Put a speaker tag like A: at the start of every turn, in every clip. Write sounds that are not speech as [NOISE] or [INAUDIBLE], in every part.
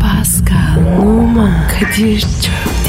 A: Pascal, Oman, Kadir çok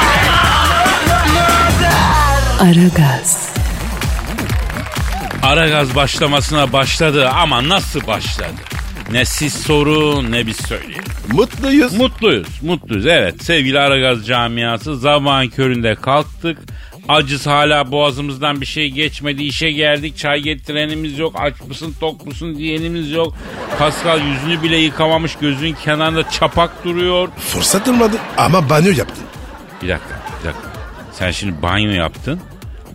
A: Aragaz,
B: Aragaz başlamasına başladı ama nasıl başladı? Ne siz sorun ne biz söyleyelim.
C: Mutluyuz.
B: Mutluyuz, mutluyuz. Evet sevgili Aragaz camiası zaman köründe kalktık. Acız hala boğazımızdan bir şey geçmedi. işe geldik çay getirenimiz yok. Aç mısın tok musun diyenimiz yok. Pascal yüzünü bile yıkamamış gözün kenarında çapak duruyor.
C: Fırsat olmadı ama banyo yaptın.
B: Bir dakika, bir dakika. Sen şimdi banyo yaptın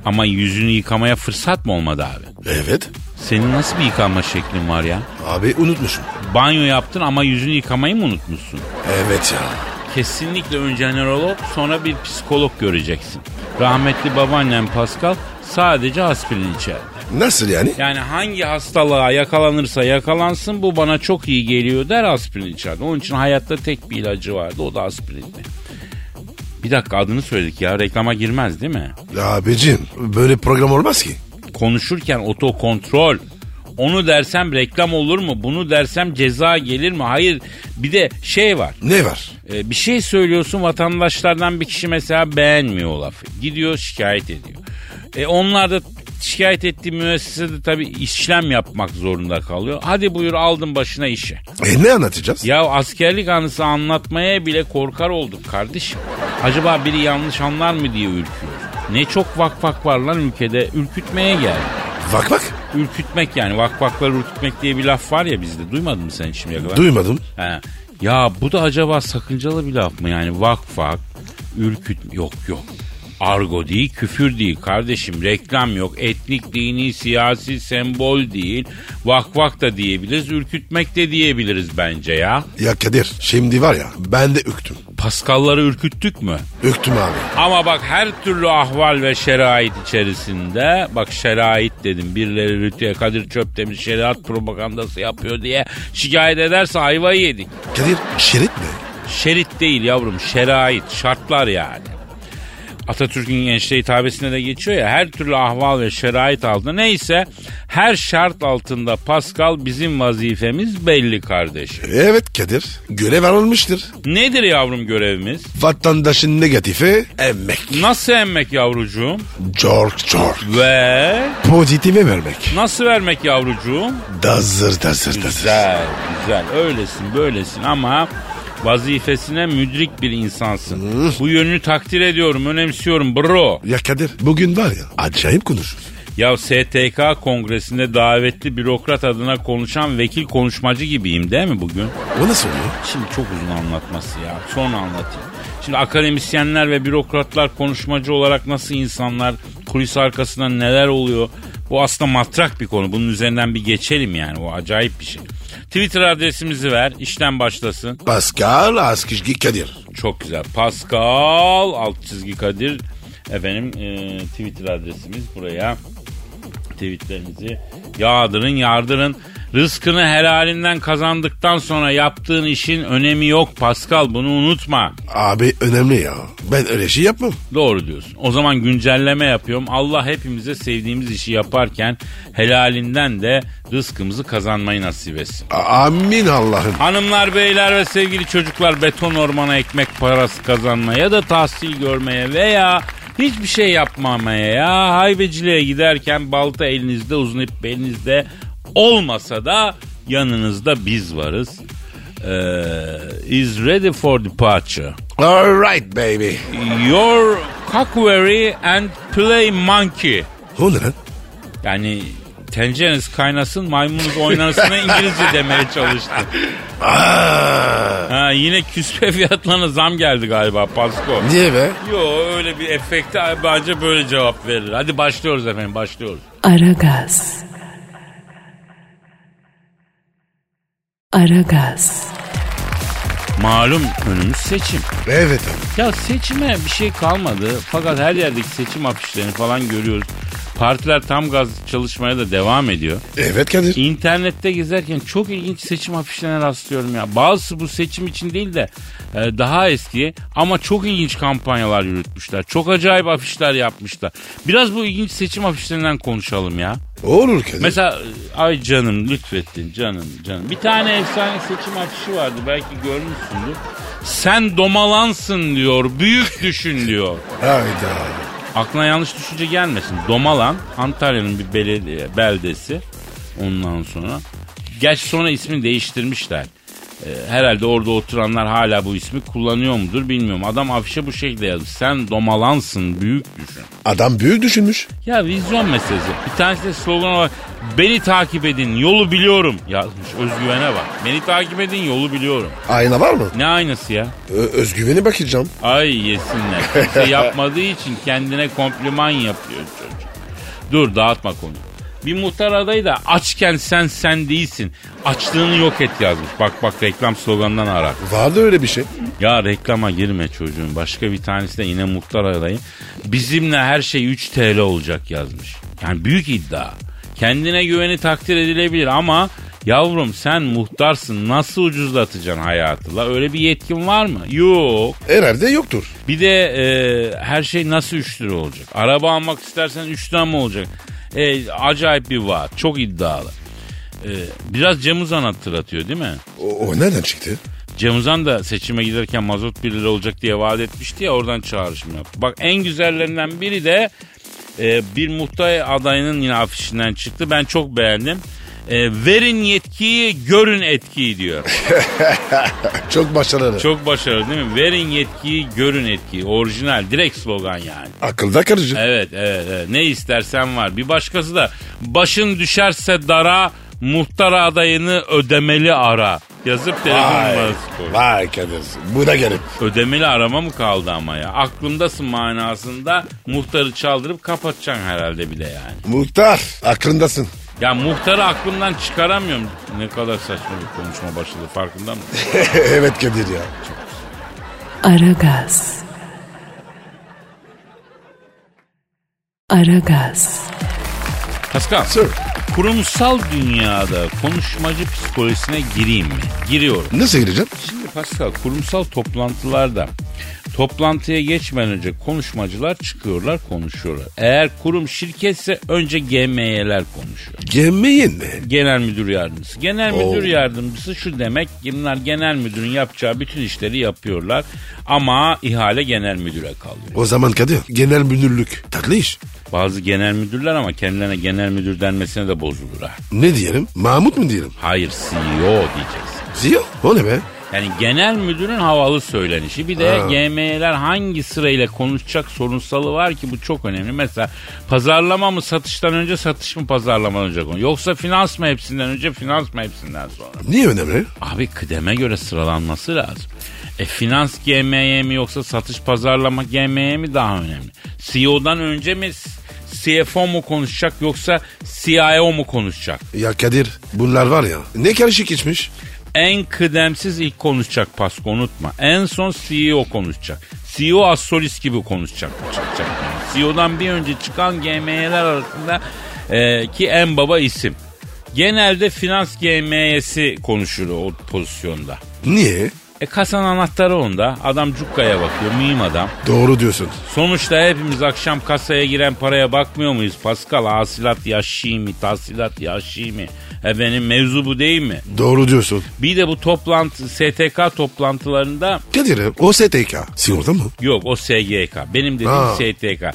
B: ama yüzünü yıkamaya fırsat mı olmadı abi?
C: Evet.
B: Senin nasıl bir yıkanma şeklin var ya?
C: Abi unutmuşum.
B: Banyo yaptın ama yüzünü yıkamayı mı unutmuşsun?
C: Evet ya.
B: Kesinlikle önce nörolog sonra bir psikolog göreceksin. Rahmetli babaannem Pascal sadece aspirin içer.
C: Nasıl yani?
B: Yani hangi hastalığa yakalanırsa yakalansın bu bana çok iyi geliyor der aspirin içerdi. Onun için hayatta tek bir ilacı vardı o da aspirindi. Bir dakika adını söyledik ya reklama girmez değil mi?
C: Ya Abicim böyle program olmaz ki.
B: konuşurken otokontrol. Onu dersem reklam olur mu? Bunu dersem ceza gelir mi? Hayır. Bir de şey var.
C: Ne var?
B: Ee, bir şey söylüyorsun vatandaşlardan bir kişi mesela beğenmiyor o lafı. Gidiyor şikayet ediyor. E, onlar da şikayet ettiği müessesede tabii işlem yapmak zorunda kalıyor. Hadi buyur aldın başına işi.
C: E ne anlatacağız?
B: Ya askerlik anısı anlatmaya bile korkar olduk kardeşim. Acaba biri yanlış anlar mı diye ürküyoruz. Ne çok vak vak var lan ülkede ürkütmeye geldi.
C: Bak bak.
B: Ürkütmek yani vakvakları ürkütmek diye bir laf var ya bizde duymadın mı sen şimdiye kadar?
C: Duymadım.
B: He. Ya bu da acaba sakıncalı bir laf mı yani vakvak, ürküt yok yok. Argo değil küfür değil kardeşim reklam yok etnik dini siyasi sembol değil vakvak da diyebiliriz ürkütmek de diyebiliriz bence ya.
C: Ya Kadir şimdi var ya ben de öktüm.
B: Paskalları ürküttük mü?
C: Öktüm abi.
B: Ama bak her türlü ahval ve şerait içerisinde bak şerait dedim birileri Rütü'ye Kadir Çöp demiş şeriat propagandası yapıyor diye şikayet ederse ayvayı yedik.
C: Kadir şerit mi?
B: Şerit değil yavrum şerait şartlar yani. Atatürk'ün gençliğe hitabesinde de geçiyor ya her türlü ahval ve şerait altında neyse her şart altında Pascal bizim vazifemiz belli kardeşim.
C: Evet Kadir. Görev alınmıştır.
B: Nedir yavrum görevimiz?
C: Vatandaşın negatifi emmek.
B: Nasıl emmek yavrucuğum?
C: Cork cork.
B: Ve
C: Pozitife vermek.
B: nasıl vermek yavrucuğum?
C: Dazır dazır dazır.
B: Güzel, güzel. Öylesin, böylesin ama vazifesine müdrik bir insansın. Bu yönünü takdir ediyorum, önemsiyorum bro.
C: Ya Kadir bugün var ya acayip konuşuruz.
B: Ya STK kongresinde davetli bürokrat adına konuşan vekil konuşmacı gibiyim değil mi bugün?
C: O nasıl oluyor?
B: Şimdi çok uzun anlatması ya. Sonra anlatayım. Şimdi akademisyenler ve bürokratlar konuşmacı olarak nasıl insanlar kulis arkasında neler oluyor? Bu aslında matrak bir konu. Bunun üzerinden bir geçelim yani. O acayip bir şey. Twitter adresimizi ver. işlem başlasın.
C: Pascal Askizgi Kadir.
B: Çok güzel. Pascal alt çizgi Kadir. Efendim e, Twitter adresimiz buraya. Tweetlerinizi yağdırın yardırın. Rızkını helalinden kazandıktan sonra yaptığın işin önemi yok Pascal bunu unutma.
C: Abi önemli ya. Ben öyle şey yapmam.
B: Doğru diyorsun. O zaman güncelleme yapıyorum. Allah hepimize sevdiğimiz işi yaparken helalinden de rızkımızı kazanmayı nasip etsin.
C: A- Amin Allah'ım.
B: Hanımlar, beyler ve sevgili çocuklar beton ormana ekmek parası kazanmaya da tahsil görmeye veya hiçbir şey yapmamaya ya haybeciliğe giderken balta elinizde uzun ip belinizde olmasa da yanınızda biz varız. Ee, is ready for departure.
C: Alright baby.
B: Your cockwary and play monkey.
C: O ne lan?
B: Yani tencereniz kaynasın maymununuz oynasını İngilizce demeye çalıştım.
C: Aa,
B: Ha yine küspe [LAUGHS] fiyatlarına zam geldi galiba Pasko.
C: niye be?
B: Yo öyle bir efekte bence böyle cevap verilir. Hadi başlıyoruz efendim başlıyoruz.
A: Aragaz. Aragaz,
B: Malum önümüz seçim.
C: Evet abi.
B: Ya seçime bir şey kalmadı. Fakat her yerdeki seçim afişlerini falan görüyoruz. Partiler tam gaz çalışmaya da devam ediyor.
C: Evet Kadir.
B: İnternette gezerken çok ilginç seçim afişlerine rastlıyorum ya. Bazısı bu seçim için değil de e, daha eski ama çok ilginç kampanyalar yürütmüşler. Çok acayip afişler yapmışlar. Biraz bu ilginç seçim afişlerinden konuşalım ya.
C: Olur Kadir.
B: Mesela e, ay canım lütfettin canım canım. Bir tane efsane seçim afişi vardı belki görmüşsündür. Sen domalansın diyor, büyük düşün diyor.
C: Hayda.
B: Aklına yanlış düşünce gelmesin. Domalan Antalya'nın bir belediye, beldesi ondan sonra. Gerçi sonra ismini değiştirmişler. Ee, herhalde orada oturanlar hala bu ismi kullanıyor mudur bilmiyorum. Adam afişe bu şekilde yazmış. Sen domalansın büyük düşün.
C: Adam büyük düşünmüş.
B: Ya vizyon meselesi. Bir tanesi de slogan olarak beni takip edin yolu biliyorum yazmış. Özgüvene bak. Beni takip edin yolu biliyorum.
C: Ayna var mı?
B: Ne aynası ya?
C: Ö- özgüveni bakacağım.
B: Ay yesinler. Kimse yapmadığı için kendine kompliman yapıyor çocuk. Dur dağıtma konuyu. Bir muhtar adayı da açken sen sen değilsin. Açlığını yok et yazmış. Bak bak reklam sloganından ara.
C: Vardı öyle bir şey.
B: Ya reklama girme çocuğun. Başka bir tanesi de yine muhtar adayı. Bizimle her şey 3 TL olacak yazmış. Yani büyük iddia. Kendine güveni takdir edilebilir ama yavrum sen muhtarsın nasıl ucuzlatacaksın hayatı la? Öyle bir yetkin var mı? Yok.
C: Herhalde yoktur.
B: Bir de e, her şey nasıl 3 lira olacak? Araba almak istersen 3 lira mı olacak? E, acayip bir var. Çok iddialı. E, biraz Cem Uzan hatırlatıyor değil mi?
C: O, o nereden çıktı?
B: Cem Uzan da seçime giderken mazot 1 lira olacak diye vaat etmişti ya oradan çağrışım yaptı. Bak en güzellerinden biri de e, bir muhtay adayının yine afişinden çıktı. Ben çok beğendim. E, verin yetkiyi görün etkiyi diyor.
C: Çok başarılı.
B: Çok başarılı değil mi? Verin yetkiyi görün etkiyi. Orijinal direkt slogan yani.
C: Akılda karıcı.
B: Evet, evet evet ne istersen var. Bir başkası da başın düşerse dara muhtar adayını ödemeli ara. Yazıp telefon
C: Vay.
B: numarası koy.
C: Vay Kadir. Bu da garip.
B: Ödemeli arama mı kaldı ama ya? Aklımdasın manasında muhtarı çaldırıp kapatacaksın herhalde bir de yani.
C: Muhtar aklındasın.
B: Ya muhtarı aklımdan çıkaramıyorum. Ne kadar saçma bir konuşma başladı farkında mısın?
C: [LAUGHS] evet Kadir ya.
A: Aragaz. Aragaz.
B: Pascal.
C: Sir.
B: Kurumsal dünyada konuşmacı psikolojisine gireyim mi? Giriyorum.
C: Nasıl gireceğim?
B: Şimdi Pascal kurumsal toplantılarda toplantıya geçmeden önce konuşmacılar çıkıyorlar konuşuyorlar. Eğer kurum şirketse önce GMY'ler konuşuyor.
C: Gemiyin mi?
B: Genel müdür yardımcısı. Genel
C: Oo.
B: müdür yardımcısı şu demek bunlar genel müdürün yapacağı bütün işleri yapıyorlar ama ihale genel müdüre kalıyor.
C: O zaman Kadir genel müdürlük. Tatlı iş.
B: Bazı genel müdürler ama kendilerine genel müdür denmesine de bozulur ha.
C: Ne diyelim? Mahmut mu diyelim?
B: Hayır CEO diyeceksin.
C: Ziyo. O ne be?
B: Yani genel müdürün havalı söylenişi. Bir de GM'ler hangi sırayla konuşacak sorunsalı var ki bu çok önemli. Mesela pazarlama mı satıştan önce satış mı pazarlamadan önce konu. Yoksa finans mı hepsinden önce finans mı hepsinden sonra.
C: Niye önemli?
B: Abi kıdeme göre sıralanması lazım. E finans GM'ye mi yoksa satış pazarlama GM'ye mi daha önemli? CEO'dan önce mi CFO mu konuşacak yoksa CIO mu konuşacak?
C: Ya Kadir bunlar var ya ne karışık içmiş.
B: En kıdemsiz ilk konuşacak Pasko unutma. En son CEO konuşacak. E CEO Assolis gibi konuşacak. Çıkacak yani. CEO'dan bir önce çıkan GM'ler arasında e, ki en baba isim. Genelde finans GM'si konuşur o pozisyonda.
C: Niye?
B: E kasanın anahtarı onda. Adam cukkaya bakıyor. Mühim adam.
C: Doğru diyorsun.
B: Sonuçta hepimiz akşam kasaya giren paraya bakmıyor muyuz? Pascal asilat yaşi mi? Tahsilat yaşi mi? Efendim E, mevzu bu değil mi?
C: Doğru diyorsun.
B: Bir de bu toplantı STK toplantılarında
C: Kadir o STK. Sigorta mı?
B: yok o SGK. Benim dediğim
C: Ha.
B: STK.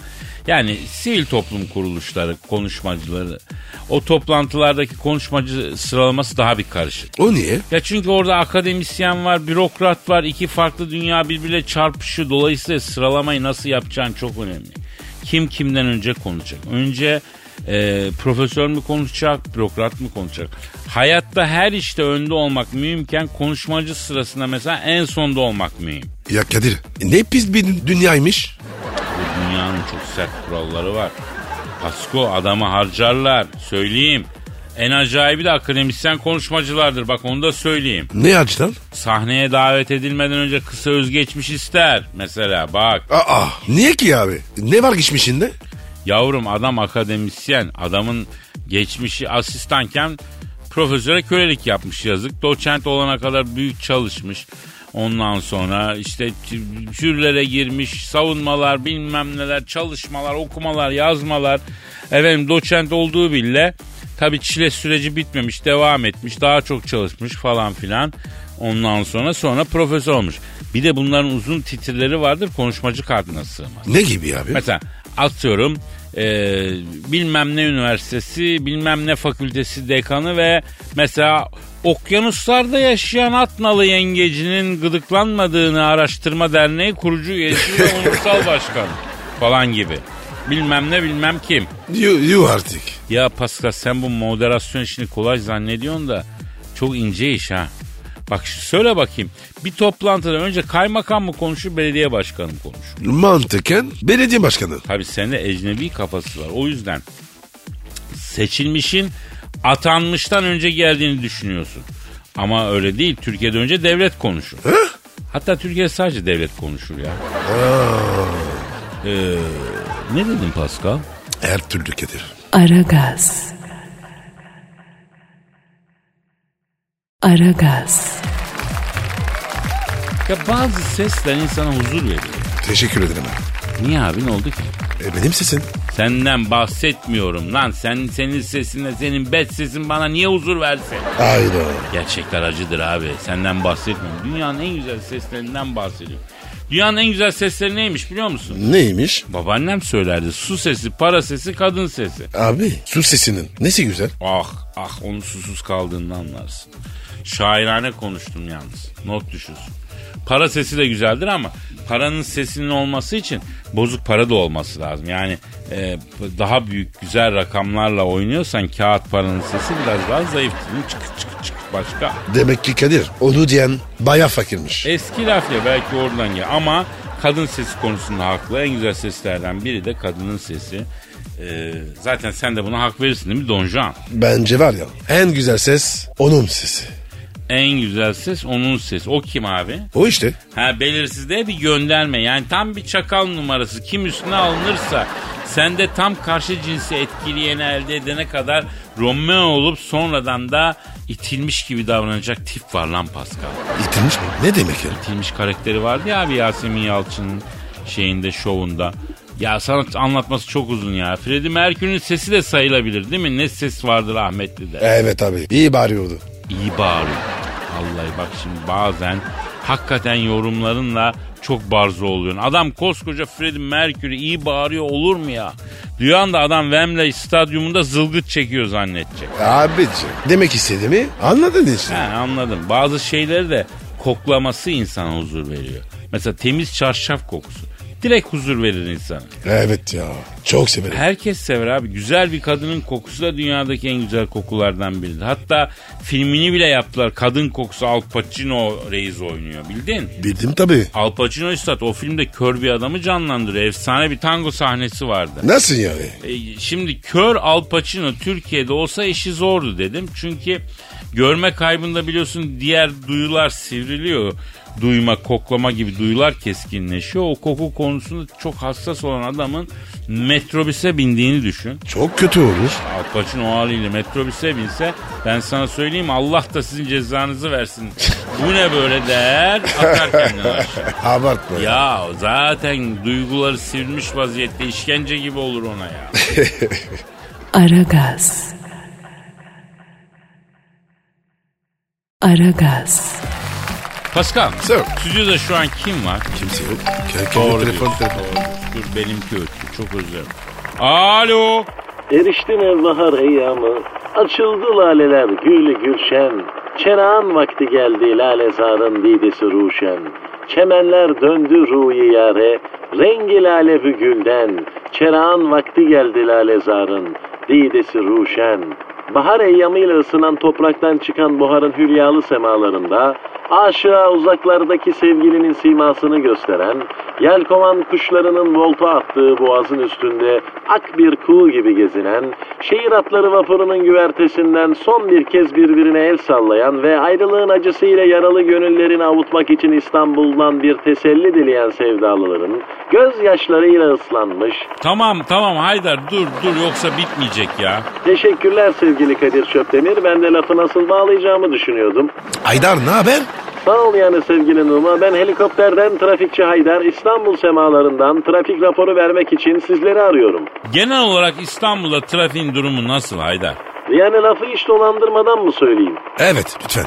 B: Yani sivil toplum kuruluşları, konuşmacıları. O toplantılardaki konuşmacı sıralaması daha bir karışık.
C: O niye?
B: Ya çünkü orada akademisyen var, bürokrat var, iki farklı dünya birbiriyle çarpışıyor. Dolayısıyla sıralamayı nasıl yapacağın çok önemli. Kim kimden önce konuşacak? Önce e, profesör mü konuşacak, bürokrat mı konuşacak? Hayatta her işte önde olmak mühimken konuşmacı sırasında mesela en sonda olmak mühim.
C: Ya Kadir ne pis bir dü- dünyaymış.
B: Bu dünyanın çok sert kuralları var. Pasko adamı harcarlar söyleyeyim. En acayibi de akademisyen konuşmacılardır bak onu da söyleyeyim.
C: Ne açıdan?
B: Sahneye davet edilmeden önce kısa özgeçmiş ister. Mesela bak
C: Aa niye ki abi? Ne var geçmişinde?
B: yavrum adam akademisyen. Adamın geçmişi asistanken profesöre kölelik yapmış yazık. Doçent olana kadar büyük çalışmış. Ondan sonra işte jü- jürilere girmiş, savunmalar, bilmem neler, çalışmalar, okumalar, yazmalar. Efendim doçent olduğu bile tabii çile süreci bitmemiş, devam etmiş, daha çok çalışmış falan filan. Ondan sonra sonra profesör olmuş. Bir de bunların uzun titirleri vardır konuşmacı kartına sığmaz.
C: Ne gibi abi?
B: Mesela atıyorum e, bilmem ne üniversitesi, bilmem ne fakültesi dekanı ve mesela okyanuslarda yaşayan Atnalı yengecinin gıdıklanmadığını araştırma derneği kurucu üyesi ve onursal başkanı falan gibi. Bilmem ne bilmem kim.
C: Yuh, yuh artık.
B: Ya Pascal sen bu moderasyon işini kolay zannediyorsun da çok ince iş ha. Bak söyle bakayım bir toplantıdan önce kaymakam mı konuşur belediye başkanı mı konuşur?
C: Mantıken belediye başkanı.
B: Tabii sende ecnebi kafası var. O yüzden seçilmişin atanmıştan önce geldiğini düşünüyorsun. Ama öyle değil. Türkiye'de önce devlet konuşur. Hatta Türkiye'de sadece devlet konuşur ya. Ee, ne dedin Pascal?
C: Her türlü Kadir.
A: Aragaz. Aragaz.
B: Ya bazı sesler insana huzur veriyor.
C: Teşekkür ederim abi.
B: Niye abi ne oldu ki?
C: E, benim sesin.
B: Senden bahsetmiyorum lan. Sen senin sesinle senin bet sesin bana niye huzur versin?
C: Aynen.
B: Gerçekler acıdır abi. Senden bahsetmiyorum. Dünyanın en güzel seslerinden bahsediyorum. Dünyanın en güzel sesleri neymiş biliyor musun?
C: Neymiş?
B: Babaannem söylerdi. Su sesi, para sesi, kadın sesi.
C: Abi su sesinin nesi güzel?
B: Ah ah onu susuz kaldığında anlarsın. Şairane konuştum yalnız. Not düşürsün. Para sesi de güzeldir ama paranın sesinin olması için bozuk para da olması lazım. Yani e, daha büyük güzel rakamlarla oynuyorsan kağıt paranın sesi biraz daha zayıf. Çık çık çık başka
C: Demek ki Kadir onu diyen baya fakirmiş.
B: Eski laf ya belki oradan gel ama kadın sesi konusunda haklı. En güzel seslerden biri de kadının sesi. Ee, zaten sen de buna hak verirsin değil mi Don Juan?
C: Bence var ya en güzel ses onun sesi.
B: En güzel ses onun sesi. O kim abi?
C: O işte.
B: Ha belirsizliğe bir gönderme. Yani tam bir çakal numarası. Kim üstüne alınırsa sende tam karşı cinsi etkileyeni elde edene kadar Romeo olup sonradan da itilmiş gibi davranacak tip var lan Pascal.
C: İtilmiş mi? Ne demek ya?
B: itilmiş karakteri vardı ya abi Yasemin Yalçın'ın şeyinde şovunda. Ya sana anlatması çok uzun ya. Freddie Mercury'nin sesi de sayılabilir değil mi? Ne ses vardır rahmetli de.
C: Evet abi iyi bağırıyordu.
B: İyi bağırıyor. Vallahi bak şimdi bazen hakikaten yorumlarınla çok barzo oluyorsun. Adam koskoca Freddie Mercury iyi bağırıyor olur mu ya? Duyan da adam Wembley stadyumunda zılgıt çekiyor zannedecek.
C: Abici demek istediğimi anladın işte.
B: He, anladım. Bazı şeyleri de koklaması insana huzur veriyor. Mesela temiz çarşaf kokusu. Direkt huzur verir insana.
C: Evet ya çok severim.
B: Herkes sever abi. Güzel bir kadının kokusu da dünyadaki en güzel kokulardan biridir. Hatta filmini bile yaptılar. Kadın kokusu Al Pacino reis oynuyor bildin.
C: Bildim tabii.
B: Al Pacino üstad o filmde kör bir adamı canlandırıyor. Efsane bir tango sahnesi vardı.
C: Nasıl yani?
B: E, şimdi kör Al Pacino Türkiye'de olsa işi zordu dedim. Çünkü görme kaybında biliyorsun diğer duyular sivriliyor. Duyma, koklama gibi duyular keskinleşiyor. O koku konusunda çok hassas olan adamın metrobüse bindiğini düşün.
C: Çok kötü olur.
B: Al Pacino o haliyle metrobüse binse ben sana söyleyeyim Allah da sizin cezanızı versin. Bu ne böyle der atar kendini aşağı.
C: Abartma ya.
B: Ya zaten duyguları sivrilmiş vaziyette işkence gibi olur ona ya.
A: Aragaz. Aragaz.
B: Pascal.
C: Sir.
B: Stüdyoda şu an kim var?
C: Kimse yok. Gel
B: Doğru
C: kendi telefon
B: diyorsun,
C: telefon.
B: doğru. Dur benimki öttü. Çok özür dilerim. Alo.
D: Eriştin el bahar eyyamı, açıldı laleler gülü gülşen, çenağın vakti geldi lalezarın didisi ruşen. Çemenler döndü ruhi yare, rengi lale bir gülden, çenağın vakti geldi lalezarın didisi ruşen. Bahar eyyamıyla ısınan topraktan çıkan buharın hülyalı semalarında, aşağı uzaklardaki sevgilinin simasını gösteren, yelkovan kuşlarının volta attığı boğazın üstünde ak bir kuğu gibi gezinen, şehir atları vapurunun güvertesinden son bir kez birbirine el sallayan ve ayrılığın acısıyla yaralı gönüllerini avutmak için İstanbul'dan bir teselli dileyen sevdalıların, gözyaşlarıyla ıslanmış,
B: Tamam tamam Haydar dur dur yoksa bitmeyecek ya.
D: Teşekkürler sevgili Kadir Çöptemir. Ben de lafı nasıl bağlayacağımı düşünüyordum.
C: Aydar ne haber?
D: Sağ ol yani sevgili Numa. Ben helikopterden trafikçi Haydar İstanbul semalarından trafik raporu vermek için sizleri arıyorum.
B: Genel olarak İstanbul'da trafiğin durumu nasıl Haydar?
D: Yani lafı hiç dolandırmadan mı söyleyeyim?
C: Evet lütfen.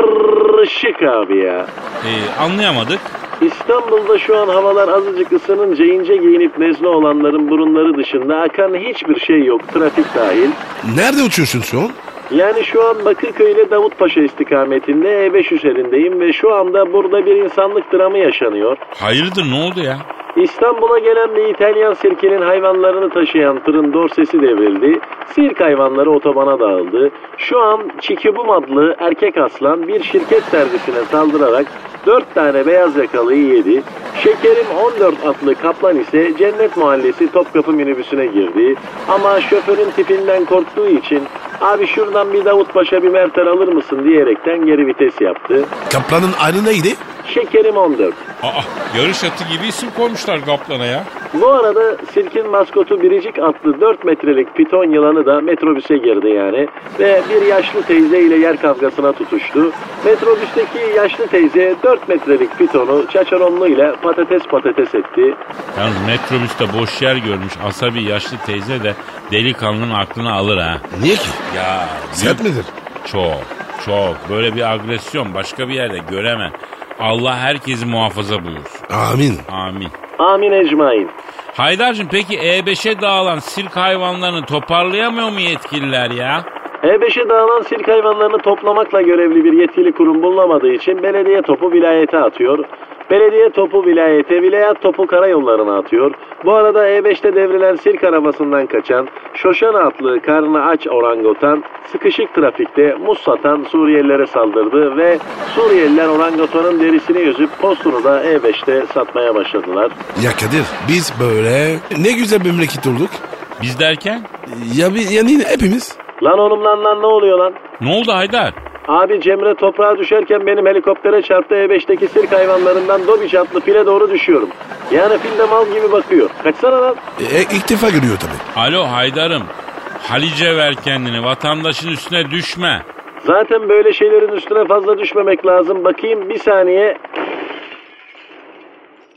D: Karışık abi ya.
B: Ee, anlayamadık.
D: İstanbul'da şu an havalar azıcık ısınınca ince giyinip nezle olanların burunları dışında akan hiçbir şey yok trafik dahil.
C: Nerede uçuyorsun şu an?
D: Yani şu an Bakırköy ile Davutpaşa istikametinde E5 üzerindeyim ve şu anda burada bir insanlık dramı yaşanıyor.
B: Hayırdır ne oldu ya?
D: İstanbul'a gelen bir İtalyan sirkenin hayvanlarını taşıyan tırın dorsesi devrildi. Sirk hayvanları otobana dağıldı. Şu an Çikibum adlı erkek aslan bir şirket servisine saldırarak 4 tane beyaz yakalıyı yedi. Şekerim 14 adlı kaplan ise Cennet Mahallesi Topkapı minibüsüne girdi. Ama şoförün tipinden korktuğu için abi şuradan bir Davutpaşa bir Mertel alır mısın diyerekten geri vites yaptı.
C: Kaplanın adı neydi?
D: Şekerim 14.
B: Aa yarış atı gibi isim koymuşlar kaplana ya.
D: Bu arada sirkin maskotu Biricik adlı 4 metrelik piton yılanı da metrobüse girdi yani. Ve bir yaşlı teyze ile yer kavgasına tutuştu. Metrobüsteki yaşlı teyze 4 metrelik pitonu çaçaronlu ile patates patates etti.
B: Yalnız metrobüste boş yer görmüş asabi yaşlı teyze de delikanlının aklını alır ha.
C: Niye ki?
B: Ya
C: Sert midir?
B: Çok çok böyle bir agresyon başka bir yerde göremem. Allah herkesi muhafaza buyursun.
C: Amin.
B: Amin.
D: Amin ecmain.
B: Haydar'cığım peki E5'e dağılan sirk hayvanlarını toparlayamıyor mu yetkililer ya?
D: E5'e dağılan sirk hayvanlarını toplamakla görevli bir yetkili kurum bulunamadığı için belediye topu vilayete atıyor. Belediye topu vilayete, vilayet topu karayollarına atıyor. Bu arada E5'te devrilen sirk arabasından kaçan, Şoşan adlı karnı aç orangutan, sıkışık trafikte muz satan Suriyelilere saldırdı ve Suriyeliler orangutanın derisini yüzüp postunu da E5'te satmaya başladılar.
C: Ya Kadir biz böyle ne güzel memleket olduk.
B: Biz derken?
C: Ya bir yani hepimiz.
D: Lan oğlum lan lan ne oluyor lan?
B: Ne oldu Haydar?
D: Abi Cemre toprağa düşerken benim helikoptere çarptı E5'teki sirk hayvanlarından Dobiç adlı file doğru düşüyorum. Yani fil de mal gibi bakıyor. Kaçsana lan.
C: E, ilk defa görüyor tabii.
B: Alo Haydar'ım. Halice ver kendini vatandaşın üstüne düşme.
D: Zaten böyle şeylerin üstüne fazla düşmemek lazım. Bakayım bir saniye.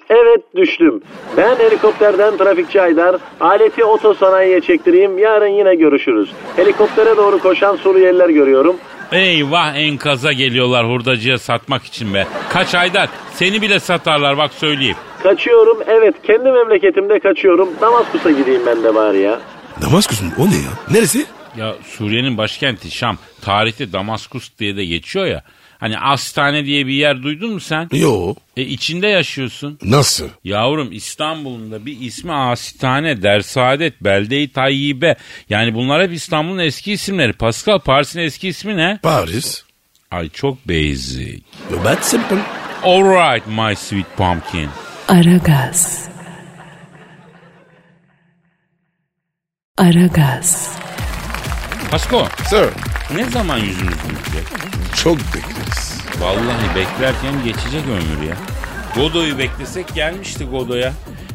D: Evet düştüm. Ben helikopterden trafikçi Aydar. Aleti otosanayiye çektireyim. Yarın yine görüşürüz. Helikoptere doğru koşan Suriyeliler görüyorum.
B: Eyvah enkaza geliyorlar hurdacıya satmak için be. Kaç Haydar seni bile satarlar bak söyleyeyim.
D: Kaçıyorum. Evet kendi memleketimde kaçıyorum. Damaskus'a gideyim ben de bari ya.
C: Damaskus mu? O ne ya? Neresi?
B: Ya Suriye'nin başkenti Şam. Tarihte Damaskus diye de geçiyor ya. Hani Astane diye bir yer duydun mu sen?
C: Yo.
B: E içinde yaşıyorsun.
C: Nasıl?
B: Yavrum İstanbul'un da bir ismi Asitane, Dersaadet, Belde-i Tayyibe. Yani bunlar hep İstanbul'un eski isimleri. Pascal Paris'in eski ismi ne?
C: Paris.
B: Ay çok basic.
C: Yo, bad simple.
B: Alright my sweet pumpkin.
A: Aragaz. Aragaz.
B: Pasko
C: Sir.
B: ne zaman yüzümüz gülecek?
C: Çok bekleriz.
B: Vallahi beklerken geçecek ömür ya. Godoy'u beklesek gelmişti Godoy'a.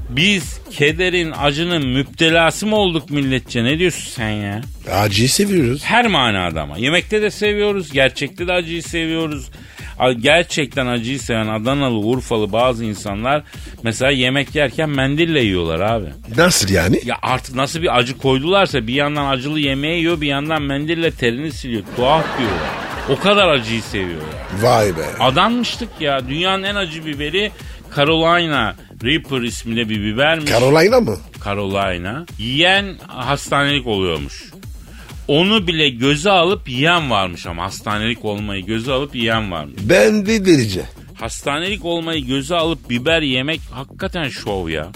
B: Biz kederin acının müptelası mı olduk milletçe ne diyorsun sen ya?
C: Acıyı seviyoruz.
B: Her manada ama. Yemekte de seviyoruz, gerçekte de acıyı seviyoruz. A- Gerçekten acıyı seven Adanalı, Urfalı bazı insanlar mesela yemek yerken mendille yiyorlar abi.
C: Nasıl yani?
B: Ya artık nasıl bir acı koydularsa bir yandan acılı yemeği yiyor bir yandan mendille terini siliyor. Tuhaf diyorlar. O kadar acıyı seviyor ya.
C: Vay be.
B: Adanmıştık ya. Dünyanın en acı biberi Carolina Reaper isminde bir bibermiş.
C: Carolina mı?
B: Carolina. Yiyen hastanelik oluyormuş. Onu bile göze alıp yiyen varmış ama hastanelik olmayı göze alıp yiyen varmış.
C: Ben de delice.
B: Hastanelik olmayı göze alıp biber yemek hakikaten şov ya.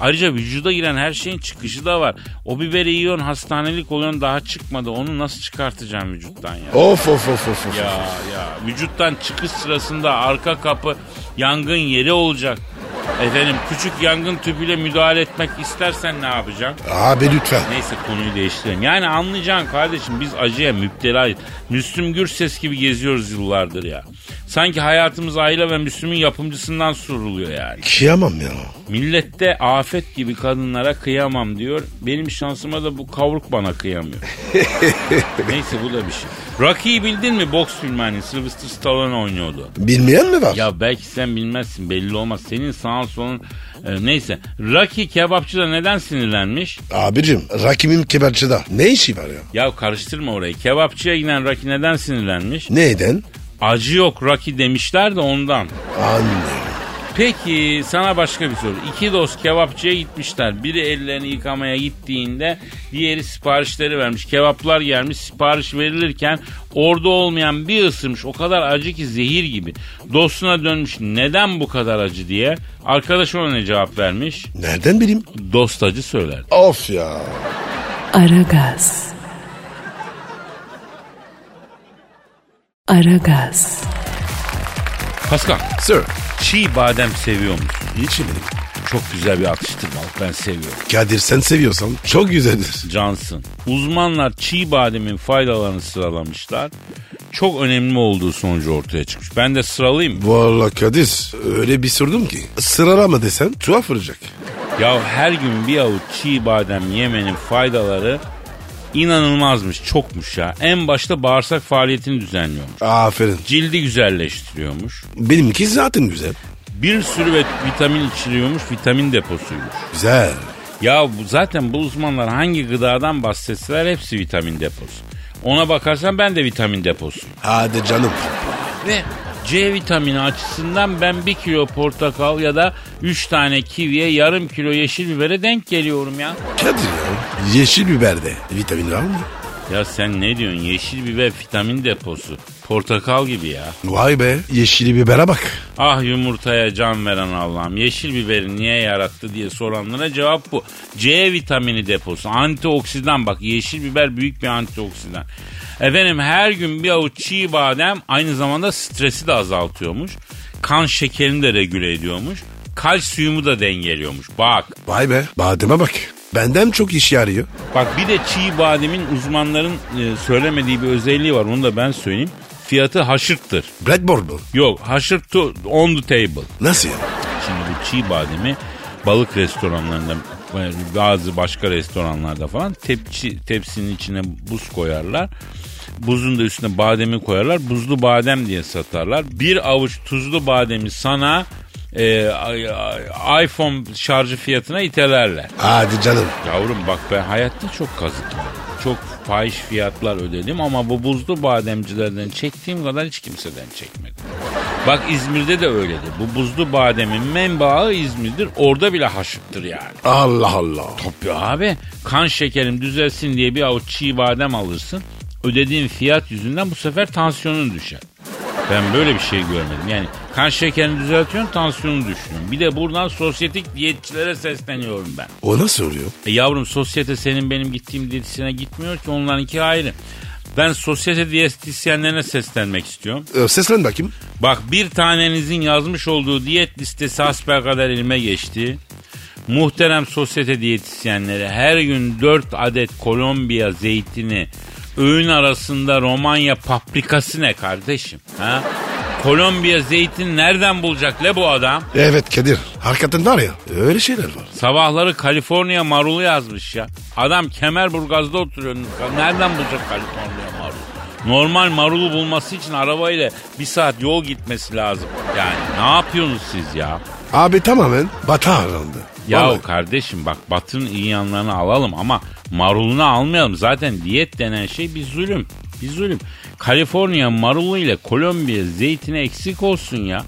B: Ayrıca vücuda giren her şeyin çıkışı da var. O biberi yiyorsun hastanelik oluyorsun daha çıkmadı. Onu nasıl çıkartacaksın vücuttan ya?
C: Of of of of. of.
B: Ya ya vücuttan çıkış sırasında arka kapı yangın yeri olacak. Efendim küçük yangın tüpüyle müdahale etmek istersen ne yapacaksın?
C: Abi lütfen.
B: Neyse konuyu değiştirelim. Yani anlayacaksın kardeşim biz acıya müptelayız. Müslüm Gürses gibi geziyoruz yıllardır ya. Sanki hayatımız aile ve Müslüm'ün yapımcısından soruluyor yani.
C: Kıyamam ya.
B: Millette afet gibi kadınlara kıyamam diyor. Benim şansıma da bu kavruk bana kıyamıyor. Neyse bu da bir şey. Rocky'yi bildin mi? Boks filmi hani Sylvester Stallone oynuyordu.
C: Bilmeyen mi var?
B: Ya belki sen bilmezsin belli olmaz. Senin sağın solun e, neyse. Rocky kebapçıda neden sinirlenmiş?
C: Abicim rakibim kebapçıda. Ne işi var ya?
B: Ya karıştırma orayı. Kebapçıya giden Rocky neden sinirlenmiş?
C: Neyden?
B: Acı yok Rocky demişler de ondan.
C: Anne.
B: Peki sana başka bir soru. İki dost kebapçıya gitmişler. Biri ellerini yıkamaya gittiğinde diğeri siparişleri vermiş. Kebaplar gelmiş sipariş verilirken orada olmayan bir ısırmış. O kadar acı ki zehir gibi. Dostuna dönmüş neden bu kadar acı diye. Arkadaş ona ne cevap vermiş?
C: Nereden bileyim?
B: Dost acı söyler.
C: Of ya.
A: Aragaz. Aragaz.
B: Pascal
C: Sir.
B: çiğ badem seviyor musun?
C: Hiç mi?
B: Çok güzel bir atıştırmalık ben seviyorum.
C: Kadir sen seviyorsan çok güzeldir.
B: Johnson. Uzmanlar çiğ bademin faydalarını sıralamışlar. Çok önemli olduğu sonucu ortaya çıkmış. Ben de sıralayayım. mı?
C: Valla Kadir öyle bir sordum ki. Sıralama desen tuhaf olacak.
B: Ya her gün bir avuç çiğ badem yemenin faydaları inanılmazmış, çokmuş ya. En başta bağırsak faaliyetini düzenliyormuş.
C: Aferin.
B: Cildi güzelleştiriyormuş.
C: Benimki zaten güzel.
B: Bir sürü ve vitamin içiriyormuş, vitamin deposuymuş.
C: Güzel.
B: Ya bu, zaten bu uzmanlar hangi gıdadan bahsetseler hepsi vitamin deposu. Ona bakarsan ben de vitamin deposu.
C: Hadi canım.
B: Ve C vitamini açısından ben bir kilo portakal ya da 3 tane kiviye yarım kilo yeşil bibere denk geliyorum ya.
C: Kadir ya. Yeşil biberde vitamin var mı?
B: Ya sen ne diyorsun yeşil biber vitamin deposu. Portakal gibi ya.
C: Vay be. Yeşil bibere bak.
B: Ah yumurtaya can veren Allah'ım yeşil biberi niye yarattı diye soranlara cevap bu. C vitamini deposu antioksidan bak yeşil biber büyük bir antioksidan. Efendim her gün bir avuç çiğ badem aynı zamanda stresi de azaltıyormuş. Kan şekerini de regüle ediyormuş. Kalsiyumu da dengeliyormuş bak.
C: Vay be. Bademe bak. Benden çok iş yarıyor.
B: Bak bir de çiğ bademin uzmanların e, söylemediği bir özelliği var onu da ben söyleyeyim. Fiyatı haşırttır.
C: Blackboard mu?
B: Yok haşırt to- on the table.
C: Nasıl ya?
B: Şimdi bu çiğ bademi balık restoranlarında bazı başka restoranlarda falan tepçi tepsinin içine buz koyarlar. Buzun da üstüne bademi koyarlar. Buzlu badem diye satarlar. Bir avuç tuzlu bademi sana e, ay- ay- iPhone şarjı fiyatına itelerler.
C: Hadi canım.
B: Yavrum bak ben hayatta çok kazıklandım. Çok fahiş fiyatlar ödedim ama bu buzlu bademcilerden çektiğim kadar hiç kimseden çekmedim. Bak İzmir'de de öyledir. Bu buzlu bademin menbaı İzmir'dir. Orada bile haşıktır yani.
C: Allah Allah.
B: Tabii abi kan şekerim düzelsin diye bir avuç çiğ badem alırsın. Ödediğin fiyat yüzünden bu sefer tansiyonun düşer. Ben böyle bir şey görmedim. Yani kan şekerini düzeltiyorsun tansiyonu düşüyor. Bir de buradan sosyetik diyetçilere sesleniyorum ben.
C: O nasıl oluyor?
B: E yavrum sosyete senin benim gittiğim diyetisyene gitmiyor ki onlarınki ayrı. Ben sosyete diyetisyenlerine seslenmek istiyorum.
C: Ee, seslen bakayım.
B: Bak bir tanenizin yazmış olduğu diyet listesi hasbelkader elime geçti. Muhterem sosyete diyetisyenleri her gün 4 adet Kolombiya zeytini öğün arasında Romanya paprikası ne kardeşim? Ha? Kolombiya zeytini nereden bulacak le bu adam?
C: Evet Kadir. Hakikaten var ya. Öyle şeyler var.
B: Sabahları Kaliforniya marulu yazmış ya. Adam Kemerburgaz'da oturuyor. Nereden bulacak Kaliforniya marulu? Normal marulu bulması için arabayla bir saat yol gitmesi lazım. Yani ne yapıyorsunuz siz ya?
C: Abi tamamen batı arandı.
B: Ya
C: Vallahi.
B: kardeşim bak batının iyi yanlarını alalım ama marulunu almayalım. Zaten diyet denen şey bir zulüm. Bir zulüm. Kaliforniya marulu ile Kolombiya zeytini eksik olsun ya.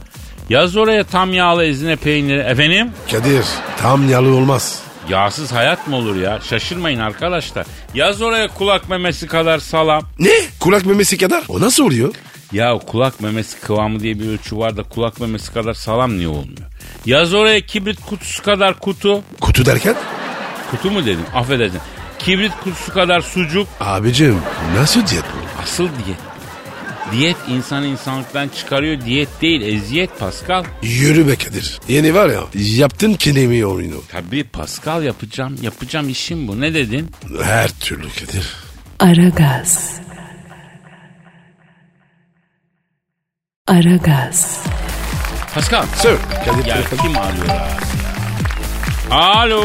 B: Yaz oraya tam yağlı ezine peyniri. Efendim?
C: Kadir tam yalı olmaz.
B: Yağsız hayat mı olur ya? Şaşırmayın arkadaşlar. Yaz oraya kulak memesi kadar salam.
C: Ne? Kulak memesi kadar. O nasıl oluyor?
B: Ya kulak memesi kıvamı diye bir ölçü var da kulak memesi kadar sağlam niye olmuyor? Yaz oraya kibrit kutusu kadar kutu.
C: Kutu derken?
B: Kutu mu dedim? Affedersin. Kibrit kutusu kadar sucuk.
C: Abicim nasıl diyet bu?
B: Asıl diyet. Diyet insanı insanlıktan çıkarıyor. Diyet değil eziyet Pascal.
C: Yürü be Kadir. Yeni var ya yaptın kinemi oyunu.
B: Tabii Pascal yapacağım. Yapacağım işim bu. Ne dedin?
C: Her türlü Kadir.
A: Aragaz. Aragaz.
B: Pascal.
C: Sir. Kadir
B: Ya
C: telefon-
B: kim arıyor ya? Alo.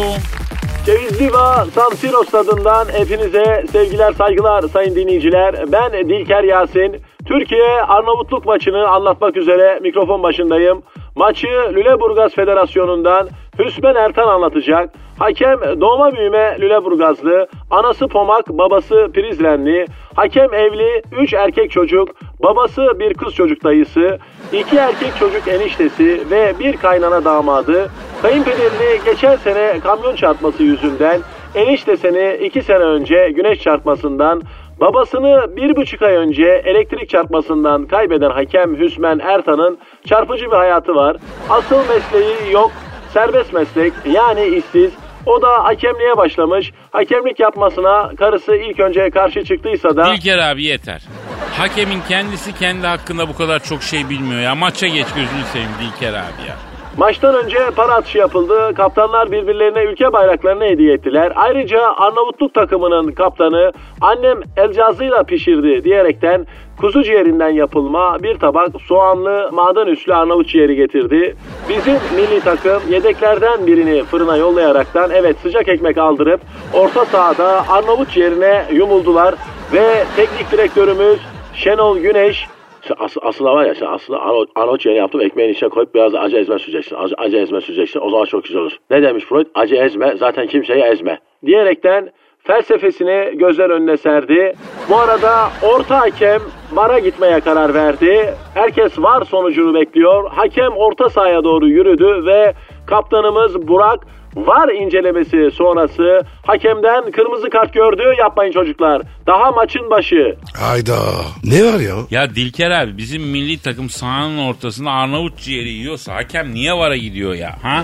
D: Ceviz Diva Samsiros tadından hepinize sevgiler saygılar sayın dinleyiciler. Ben Dilker Yasin. Türkiye Arnavutluk maçını anlatmak üzere mikrofon başındayım. Maçı Lüleburgaz Federasyonu'ndan Hüsmen Ertan anlatacak. Hakem doğma büyüme Lüleburgazlı, anası Pomak, babası Prizrenli, hakem evli, 3 erkek çocuk, babası bir kız çocuk dayısı, 2 erkek çocuk eniştesi ve bir kaynana damadı, kayınpederini geçen sene kamyon çarpması yüzünden, eniştesini 2 sene önce güneş çarpmasından, babasını bir buçuk ay önce elektrik çarpmasından kaybeden hakem Hüsmen Ertan'ın çarpıcı bir hayatı var. Asıl mesleği yok, serbest meslek yani işsiz. O da hakemliğe başlamış. Hakemlik yapmasına karısı ilk önce karşı çıktıysa da
B: İlker abi yeter. Hakemin kendisi kendi hakkında bu kadar çok şey bilmiyor ya. Maça geç gözünü seveyim İlker abi ya.
D: maçtan önce para atışı yapıldı. Kaptanlar birbirlerine ülke bayraklarını hediye ettiler. Ayrıca Arnavutluk takımının kaptanı annem elcazıyla pişirdi diyerekten kuzu ciğerinden yapılma bir tabak soğanlı maden üslü Arnavut ciğeri getirdi. Bizim milli takım yedeklerden birini fırına yollayaraktan evet sıcak ekmek aldırıp orta sahada Arnavut ciğerine yumuldular ve teknik direktörümüz Şenol Güneş Sen as, aslında var ya sen aslında ano, anoç yeri yaptım ekmeğin içine koyup biraz da acı ezme süreceksin. Acı, acı ezme süreceksin. O zaman çok güzel olur. Ne demiş Freud? Acı ezme zaten kimseyi ezme. Diyerekten felsefesini gözler önüne serdi. Bu arada orta hakem vara gitmeye karar verdi. Herkes var sonucunu bekliyor. Hakem orta sahaya doğru yürüdü ve kaptanımız Burak var incelemesi sonrası hakemden kırmızı kart gördü. Yapmayın çocuklar. Daha maçın başı.
C: Hayda. Ne var ya?
B: Ya Dilker abi bizim milli takım sahanın ortasında Arnavut ciğeri yiyorsa hakem niye vara gidiyor ya? Ha?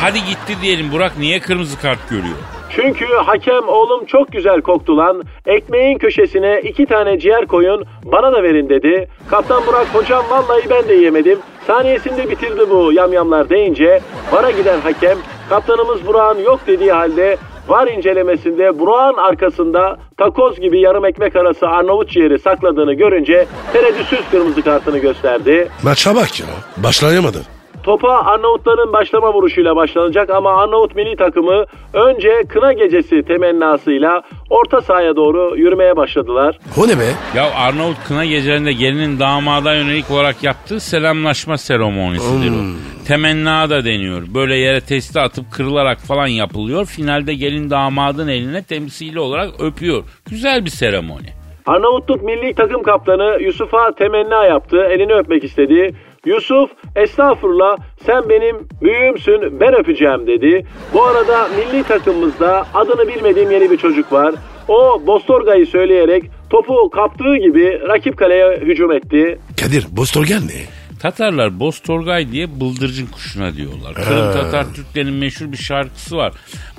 B: Hadi gitti diyelim Burak niye kırmızı kart görüyor?
D: Çünkü hakem oğlum çok güzel koktu lan. Ekmeğin köşesine iki tane ciğer koyun bana da verin dedi. Kaptan Burak hocam vallahi ben de yemedim. Saniyesinde bitirdi bu yamyamlar deyince vara giden hakem kaptanımız Burak'ın yok dediği halde var incelemesinde Burak'ın arkasında takoz gibi yarım ekmek arası Arnavut ciğeri sakladığını görünce tereddütsüz kırmızı kartını gösterdi.
C: Maça bak ya. Başlayamadı.
D: Topa Arnavutların başlama vuruşuyla başlanacak ama Arnavut milli takımı önce kına gecesi temennasıyla orta sahaya doğru yürümeye başladılar.
C: O ne be?
B: Ya Arnavut kına gecelerinde gelinin damada yönelik olarak yaptığı selamlaşma seremonisidir o. Temenna da deniyor. Böyle yere testi atıp kırılarak falan yapılıyor. Finalde gelin damadın eline temsili olarak öpüyor. Güzel bir seremoni.
D: Arnavutluk milli takım kaptanı Yusuf'a temenna yaptı, elini öpmek istedi. Yusuf estağfurullah sen benim büyüğümsün ben öpeceğim dedi. Bu arada milli takımımızda adını bilmediğim yeni bir çocuk var. O Bostorga'yı söyleyerek topu kaptığı gibi rakip kaleye hücum etti.
C: Kadir Bostorgen ne?
B: Tatarlar Bostorgay diye bıldırcın kuşuna diyorlar. Kırım Tatar Türklerin meşhur bir şarkısı var.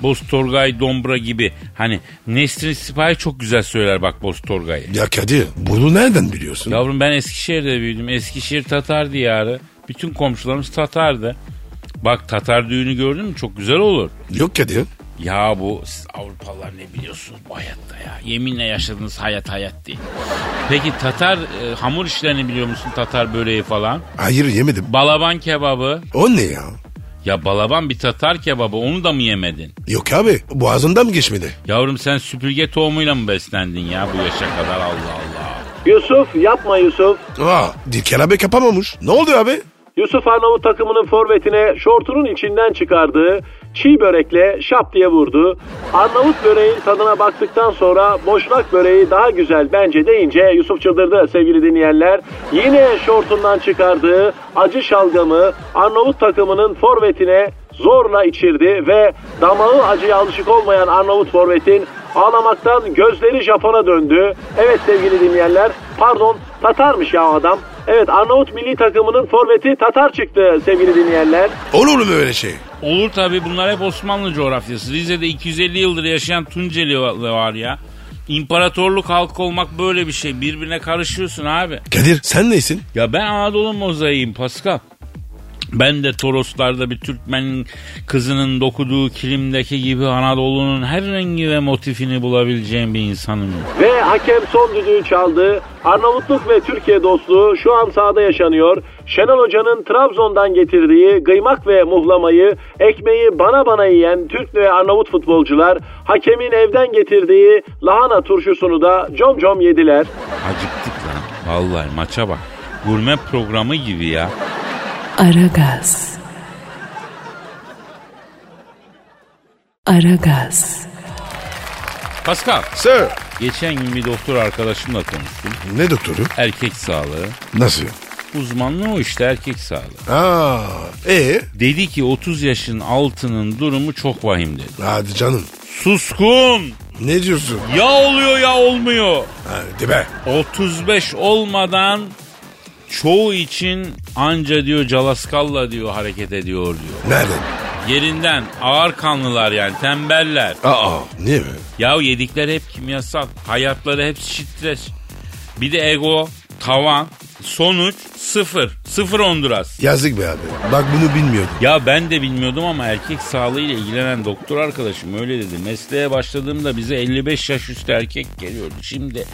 B: Bostorgay Dombra gibi. Hani Nesrin Sipahi çok güzel söyler bak Bostorgay'ı.
C: Ya Kadir bunu nereden biliyorsun?
B: Yavrum ben Eskişehir'de büyüdüm. Eskişehir Tatar diyarı. Bütün komşularımız Tatar'dı. Bak Tatar düğünü gördün mü çok güzel olur.
C: Yok Kadir.
B: Ya bu siz Avrupalılar ne biliyorsunuz bu hayatta ya. Yeminle yaşadığınız hayat hayat değil. Peki Tatar e, hamur işlerini biliyor musun? Tatar böreği falan.
C: Hayır yemedim.
B: Balaban kebabı.
C: O ne ya?
B: Ya balaban bir Tatar kebabı onu da mı yemedin?
C: Yok abi boğazından mı geçmedi?
B: Yavrum sen süpürge tohumuyla mı beslendin ya bu yaşa kadar Allah Allah.
D: Yusuf yapma Yusuf
C: Aa Dilker abi kapamamış. Ne oldu abi?
D: Yusuf Arnavut takımının forvetine şortunun içinden çıkardığı çiğ börekle şap diye vurdu. Arnavut böreğin tadına baktıktan sonra boşnak böreği daha güzel bence deyince Yusuf çıldırdı sevgili dinleyenler. Yine şortundan çıkardığı acı şalgamı Arnavut takımının forvetine zorla içirdi ve damağı acıya alışık olmayan Arnavut forvetin ağlamaktan gözleri Japon'a döndü. Evet sevgili dinleyenler pardon Tatarmış ya adam. Evet Arnavut milli takımının forveti Tatar çıktı sevgili dinleyenler.
C: Olur mu böyle şey?
B: Olur tabi bunlar hep Osmanlı coğrafyası. Rize'de 250 yıldır yaşayan Tunceli va- var ya. İmparatorluk halkı olmak böyle bir şey. Birbirine karışıyorsun abi.
C: Kadir sen neysin?
B: Ya ben Anadolu mozaiğim Pascal. Ben de Toroslar'da bir Türkmen kızının dokuduğu kilimdeki gibi Anadolu'nun her rengi ve motifini bulabileceğim bir insanım.
D: Ve hakem son düdüğü çaldı. Arnavutluk ve Türkiye dostluğu şu an sahada yaşanıyor. Şenol Hoca'nın Trabzon'dan getirdiği kıymak ve muhlamayı, ekmeği bana bana yiyen Türk ve Arnavut futbolcular, hakemin evden getirdiği lahana turşusunu da com com yediler.
B: Acıktık lan. Vallahi maça bak. Gurme programı gibi ya.
A: Aragaz. Aragaz.
B: Pascal,
C: Sir.
B: geçen gün bir doktor arkadaşımla konuştum.
C: Ne doktoru?
B: Erkek sağlığı.
C: Nasıl?
B: Uzmanlığı o işte erkek sağlığı.
C: Aa, e
B: Dedi ki 30 yaşın altının durumu çok vahim dedi.
C: hadi canım.
B: Suskun!
C: Ne diyorsun?
B: Ya oluyor ya olmuyor.
C: Hadi be.
B: 35 olmadan çoğu için anca diyor calaskalla diyor hareket ediyor diyor.
C: Nereden?
B: Yerinden ağır kanlılar yani tembeller.
C: Aa, niye be?
B: Ya yedikleri hep kimyasal. Hayatları hep stres. Bir de ego, tavan, sonuç sıfır. Sıfır Honduras.
C: Yazık be abi. Bak bunu bilmiyordum.
B: Ya ben de bilmiyordum ama erkek sağlığıyla ilgilenen doktor arkadaşım öyle dedi. Mesleğe başladığımda bize 55 yaş üstü erkek geliyordu. Şimdi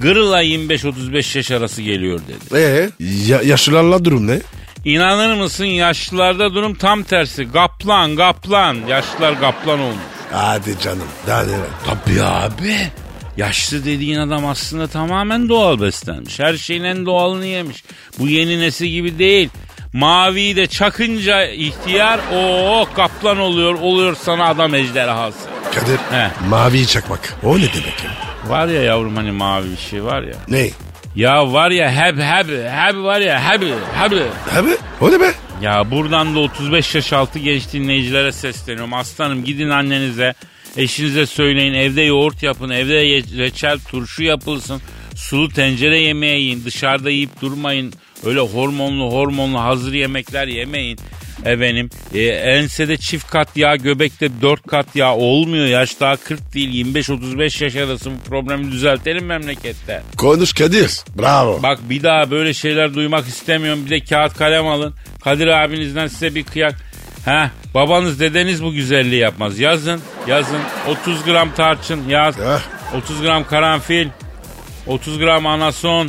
B: gırla 25-35 yaş arası geliyor dedi.
C: Ee, ya, yaşlılarla durum ne?
B: İnanır mısın yaşlılarda durum tam tersi. Kaplan kaplan. Yaşlılar kaplan olmuş.
C: Hadi canım. Daha ne var?
B: Tabii abi. Yaşlı dediğin adam aslında tamamen doğal beslenmiş. Her şeyin en doğalını yemiş. Bu yeni nesil gibi değil. Maviyi de çakınca ihtiyar o kaplan oluyor oluyor sana adam ejderhası.
C: Kadir.
B: He.
C: Maviyi çakmak. O ne demek ya?
B: Var ya yavrum hani mavi bir şey var ya.
C: Ne?
B: Ya var ya heb heb heb var ya heb heb.
C: Abi o ne be?
B: Ya buradan da 35 yaş altı genç dinleyicilere sesleniyorum. Aslanım gidin annenize, eşinize söyleyin. Evde yoğurt yapın, evde ye- reçel, turşu yapılsın. Sulu tencere yemeği yiyin, dışarıda yiyip durmayın. Öyle hormonlu hormonlu hazır yemekler yemeyin. Efendim e, ensede çift kat yağ, göbekte dört kat yağ olmuyor. Yaş daha 40 değil, 25-35 yaş arası bu problemi düzeltelim memlekette.
C: Konuş Kadir. Bravo.
B: Bak bir daha böyle şeyler duymak istemiyorum. Bir de kağıt kalem alın. Kadir abinizden size bir kıyak. Ha, babanız dedeniz bu güzelliği yapmaz. Yazın, yazın. 30 gram tarçın yaz.
C: Heh.
B: 30 gram karanfil. 30 gram anason.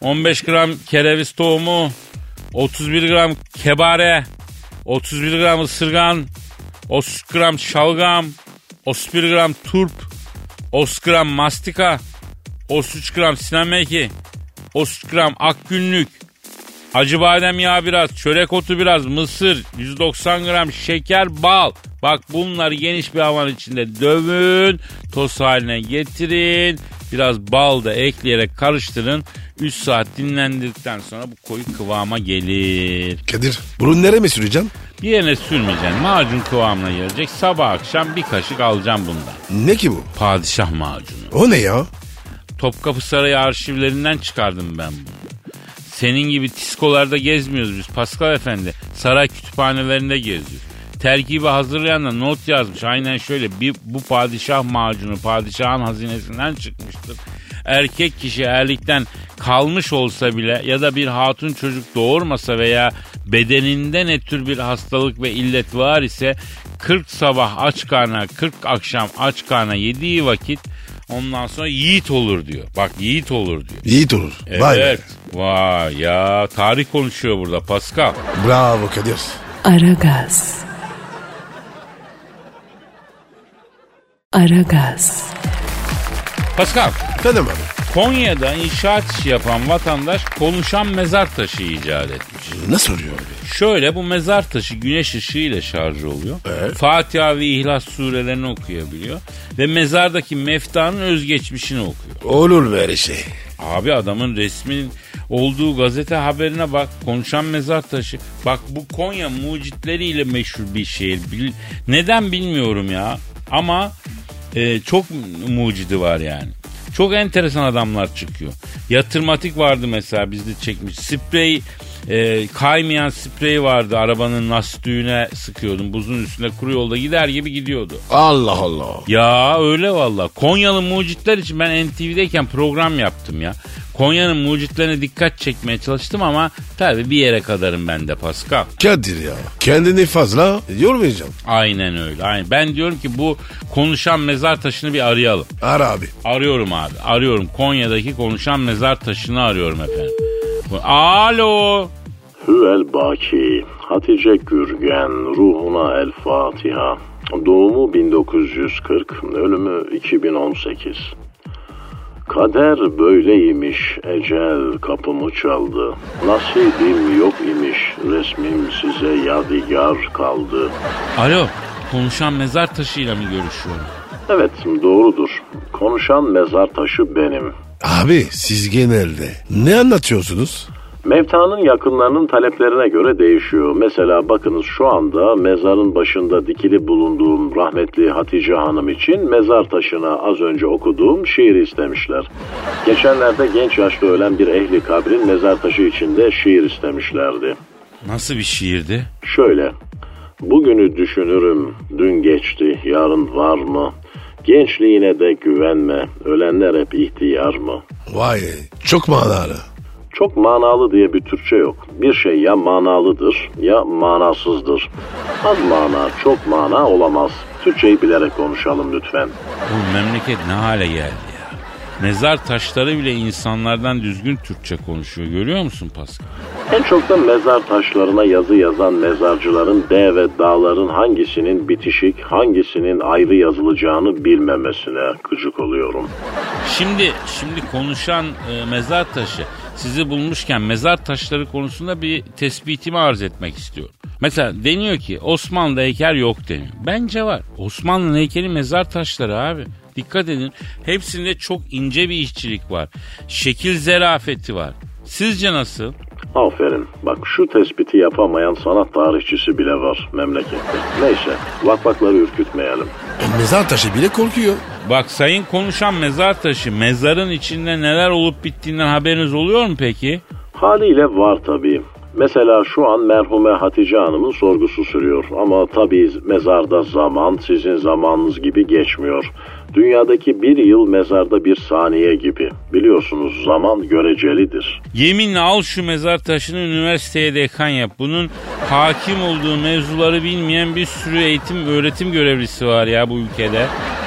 B: 15 gram kereviz tohumu. 31 gram kebare. 31 gram ısırgan. 30 gram şalgam. 31 gram turp. 30 gram mastika. 33 gram sinemeki. 30 gram ak günlük. Acı badem yağı biraz, çörek otu biraz, mısır, 190 gram şeker, bal. Bak bunlar geniş bir havan içinde dövün, toz haline getirin. Biraz bal da ekleyerek karıştırın. 3 saat dinlendirdikten sonra bu koyu kıvama gelir.
C: Kadir. Bunu nereye mi süreceğim?
B: Bir yerine sürmeyeceksin. Macun kıvamına gelecek. Sabah akşam bir kaşık alacağım bundan.
C: Ne ki bu?
B: Padişah macunu.
C: O ne ya?
B: Topkapı Sarayı arşivlerinden çıkardım ben bunu. Senin gibi tiskolarda gezmiyoruz biz Pascal Efendi. Saray kütüphanelerinde geziyoruz. Terkibi hazırlayan da not yazmış. Aynen şöyle bir, bu padişah macunu padişahın hazinesinden çıkmıştır. Erkek kişi erlikten kalmış olsa bile ya da bir hatun çocuk doğurmasa veya bedeninde ne tür bir hastalık ve illet var ise 40 sabah aç karnına 40 akşam aç karnına yediği vakit Ondan sonra yiğit olur diyor. Bak yiğit olur diyor.
C: Yiğit olur.
B: Evet.
C: Vay
B: Vay,
C: be.
B: ya tarih konuşuyor burada Pascal.
C: Bravo Kadir.
A: Aragaz. Aragaz.
B: Pascal
C: Efendim abi.
B: Konya'da inşaat işi yapan vatandaş konuşan mezar taşı icat etmiş.
C: Nasıl oluyor abi?
B: Şöyle bu mezar taşı güneş ışığıyla şarj oluyor.
C: Evet.
B: Fatiha ve İhlas surelerini okuyabiliyor. Ve mezardaki meftanın özgeçmişini okuyor.
C: Olur böyle şey.
B: Abi adamın resmin olduğu gazete haberine bak. Konuşan mezar taşı. Bak bu Konya mucitleriyle meşhur bir şehir. Bil- Neden bilmiyorum ya. Ama e, çok mucidi var yani. Çok enteresan adamlar çıkıyor. Yatırmatik vardı mesela bizde çekmiş. Sprey e, kaymayan sprey vardı arabanın lastiğine sıkıyordun. Buzun üstünde kuru yolda gider gibi gidiyordu.
C: Allah Allah.
B: Ya öyle valla. Konyalı mucitler için ben NTV'deyken program yaptım ya. Konya'nın mucitlerine dikkat çekmeye çalıştım ama tabii bir yere kadarım ben de Pascal.
C: Kadir ya. Kendini fazla yormayacağım.
B: Aynen öyle. Aynen. Ben diyorum ki bu konuşan mezar taşını bir arayalım.
C: Ara abi.
B: Arıyorum abi. Arıyorum. Konya'daki konuşan mezar taşını arıyorum efendim. Alo.
D: Hüvel Baki, Hatice Gürgen, ruhuna El Fatiha. Doğumu 1940, ölümü 2018. Kader böyleymiş, ecel kapımı çaldı. Nasibim yok imiş, resmim size yadigar kaldı.
B: Alo. Konuşan mezar taşıyla mı görüşüyorum?
D: Evet, doğrudur. Konuşan mezar taşı benim.
C: Abi siz genelde ne anlatıyorsunuz?
D: Mevtanın yakınlarının taleplerine göre değişiyor. Mesela bakınız şu anda mezarın başında dikili bulunduğum rahmetli Hatice Hanım için mezar taşına az önce okuduğum şiir istemişler. Geçenlerde genç yaşta ölen bir ehli kabrin mezar taşı içinde şiir istemişlerdi.
B: Nasıl bir şiirdi?
D: Şöyle, bugünü düşünürüm, dün geçti, yarın var mı? Gençliğine de güvenme, ölenler hep ihtiyar mı?
C: Vay çok manalı.
D: Çok manalı diye bir Türkçe yok. Bir şey ya manalıdır ya manasızdır. Az mana, çok mana olamaz. Türkçeyi bilerek konuşalım lütfen.
B: Bu memleket ne hale geldi ya? Mezar taşları bile insanlardan düzgün Türkçe konuşuyor. Görüyor musun Pascal?
D: En çok da mezar taşlarına yazı yazan mezarcıların D ve dağların hangisinin bitişik, hangisinin ayrı yazılacağını bilmemesine gıcık oluyorum.
B: Şimdi şimdi konuşan e, mezar taşı sizi bulmuşken mezar taşları konusunda bir tespitimi arz etmek istiyorum. Mesela deniyor ki Osmanlı'da heykel yok deniyor. Bence var. Osmanlı heykeli mezar taşları abi. Dikkat edin. Hepsinde çok ince bir işçilik var. Şekil zerafeti var. Sizce nasıl?
D: Aferin. Bak şu tespiti yapamayan sanat tarihçisi bile var memlekette. Neyse, vakvakları ürkütmeyelim.
C: E, mezar taşı bile korkuyor.
B: Bak sayın konuşan mezar taşı mezarın içinde neler olup bittiğinden haberiniz oluyor mu peki?
D: Haliyle var tabii. Mesela şu an merhume Hatice Hanım'ın sorgusu sürüyor. Ama tabii mezarda zaman sizin zamanınız gibi geçmiyor. Dünyadaki bir yıl mezarda bir saniye gibi. Biliyorsunuz zaman görecelidir.
B: Yeminle al şu mezar taşını üniversiteye dekan yap. Bunun hakim olduğu mevzuları bilmeyen bir sürü eğitim öğretim görevlisi var ya bu ülkede.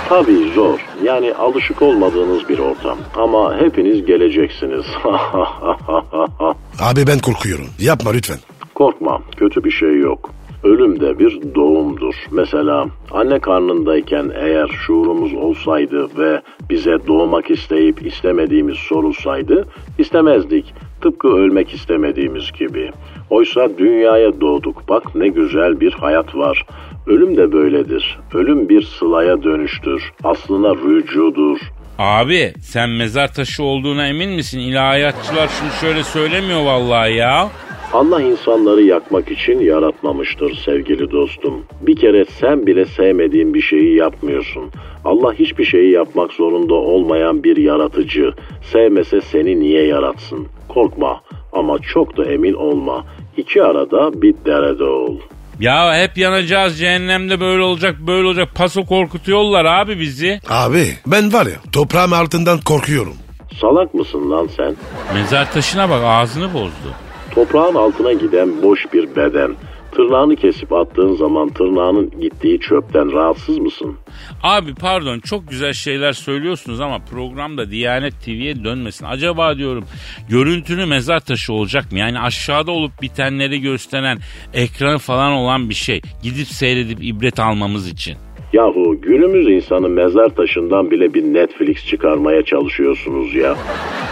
D: Tabii zor. Yani alışık olmadığınız bir ortam. Ama hepiniz geleceksiniz. [LAUGHS]
C: Abi ben korkuyorum. Yapma lütfen.
D: Korkma, kötü bir şey yok. Ölüm de bir doğumdur. Mesela anne karnındayken eğer şuurumuz olsaydı ve bize doğmak isteyip istemediğimiz sorulsaydı istemezdik. Tıpkı ölmek istemediğimiz gibi. Oysa dünyaya doğduk. Bak ne güzel bir hayat var. Ölüm de böyledir. Ölüm bir sılaya dönüştür. Aslına rücudur.
B: Abi sen mezar taşı olduğuna emin misin? İlahiyatçılar şunu şöyle söylemiyor vallahi ya.
D: Allah insanları yakmak için yaratmamıştır sevgili dostum. Bir kere sen bile sevmediğin bir şeyi yapmıyorsun. Allah hiçbir şeyi yapmak zorunda olmayan bir yaratıcı. Sevmese seni niye yaratsın? Korkma ama çok da emin olma. İki arada bir derede ol.
B: Ya hep yanacağız cehennemde böyle olacak böyle olacak paso korkutuyorlar abi bizi.
C: Abi ben var ya toprağın altından korkuyorum.
D: Salak mısın lan sen?
B: Mezar taşına bak ağzını bozdu.
D: Toprağın altına giden boş bir beden. Tırnağını kesip attığın zaman tırnağının gittiği çöpten rahatsız mısın?
B: Abi pardon çok güzel şeyler söylüyorsunuz ama programda Diyanet TV'ye dönmesin. Acaba diyorum görüntülü mezar taşı olacak mı? Yani aşağıda olup bitenleri gösteren ekran falan olan bir şey. Gidip seyredip ibret almamız için.
D: Yahu günümüz insanı mezar taşından bile bir Netflix çıkarmaya çalışıyorsunuz ya.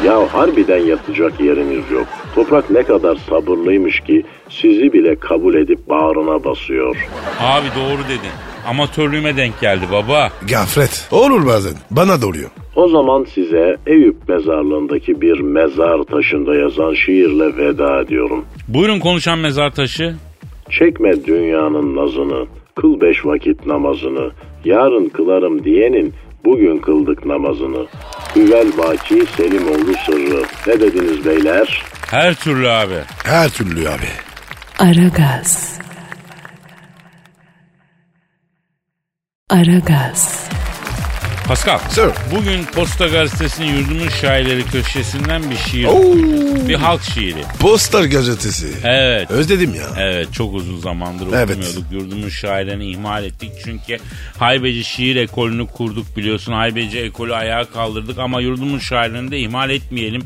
D: Ya harbiden yatacak yeriniz yok. Toprak ne kadar sabırlıymış ki sizi bile kabul edip bağrına basıyor.
B: Abi doğru dedin. Amatörlüğüme denk geldi baba.
C: Gafret. Olur bazen. Bana da oluyor.
D: O zaman size Eyüp mezarlığındaki bir mezar taşında yazan şiirle veda ediyorum.
B: Buyurun konuşan mezar taşı.
D: Çekme dünyanın nazını, kıl beş vakit namazını, yarın kılarım diyenin bugün kıldık namazını. Tüvel Baki Selimoğlu Sırrı. Ne dediniz beyler?
B: Her türlü abi.
C: Her türlü abi.
A: Aragaz. Aragaz.
B: Pascal.
C: Sir.
B: Bugün Posta Gazetesi'nin yurdumun şairleri köşesinden bir şiir. Bir halk şiiri.
C: Poster gazetesi.
B: Evet.
C: Özledim ya.
B: Evet çok uzun zamandır
C: Evet.
B: okumuyorduk. Yurdumun şairini ihmal ettik. Çünkü Haybeci şiir ekolünü kurduk biliyorsun. Haybeci ekolü ayağa kaldırdık ama yurdumun şairini de ihmal etmeyelim.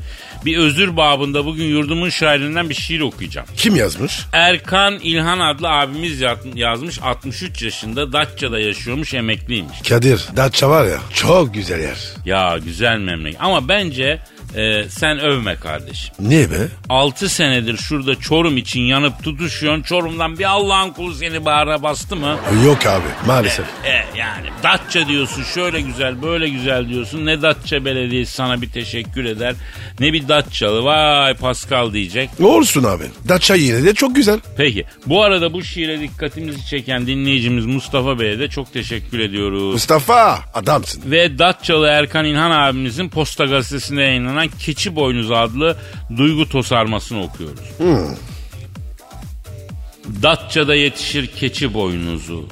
B: Bir özür babında bugün yurdumun şairinden bir şiir okuyacağım.
C: Kim yazmış?
B: Erkan İlhan adlı abimiz yat- yazmış 63 yaşında Datça'da yaşıyormuş emekliymiş.
C: Kadir. Datça var ya. Çok güzel yer.
B: Ya güzel memleket ama bence e, sen övme kardeşim.
C: Niye be?
B: 6 senedir şurada Çorum için yanıp tutuşuyorsun. Çorum'dan bir Allah'ın kulu seni bağıra bastı mı?
C: Yok abi maalesef.
B: E yani Datça diyorsun şöyle güzel böyle güzel diyorsun. Ne Datça Belediyesi sana bir teşekkür eder. Ne bir Datçalı vay Pascal diyecek.
C: Ne olsun abi? Datça yine de çok güzel.
B: Peki bu arada bu şiire dikkatimizi çeken dinleyicimiz Mustafa Bey'e de çok teşekkür ediyoruz.
C: Mustafa adamsın.
B: Ve Datçalı Erkan İlhan abimizin Posta Gazetesi'nde yayınlanan Keçi Boynuz adlı duygu tosarmasını okuyoruz. Datça'da yetişir keçi boynuzu.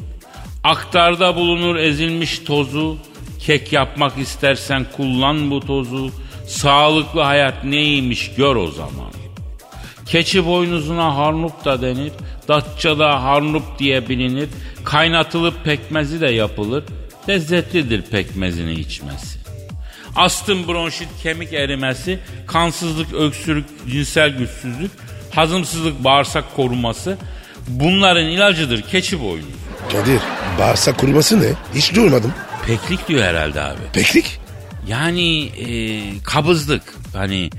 B: Aktarda bulunur ezilmiş tozu. Kek yapmak istersen kullan bu tozu. Sağlıklı hayat neymiş gör o zaman. Keçi boynuzuna harnup da denir. Datça'da harnup diye bilinir. Kaynatılıp pekmezi de yapılır. Lezzetlidir pekmezini içmesi. Astım, bronşit, kemik erimesi, kansızlık, öksürük, cinsel güçsüzlük, hazımsızlık, bağırsak koruması bunların ilacıdır keçi boynuzu.
C: Kadir bağırsak kuruması ne? Hiç duymadım.
B: Peklik diyor herhalde abi.
C: Peklik.
B: Yani e, kabızlık hani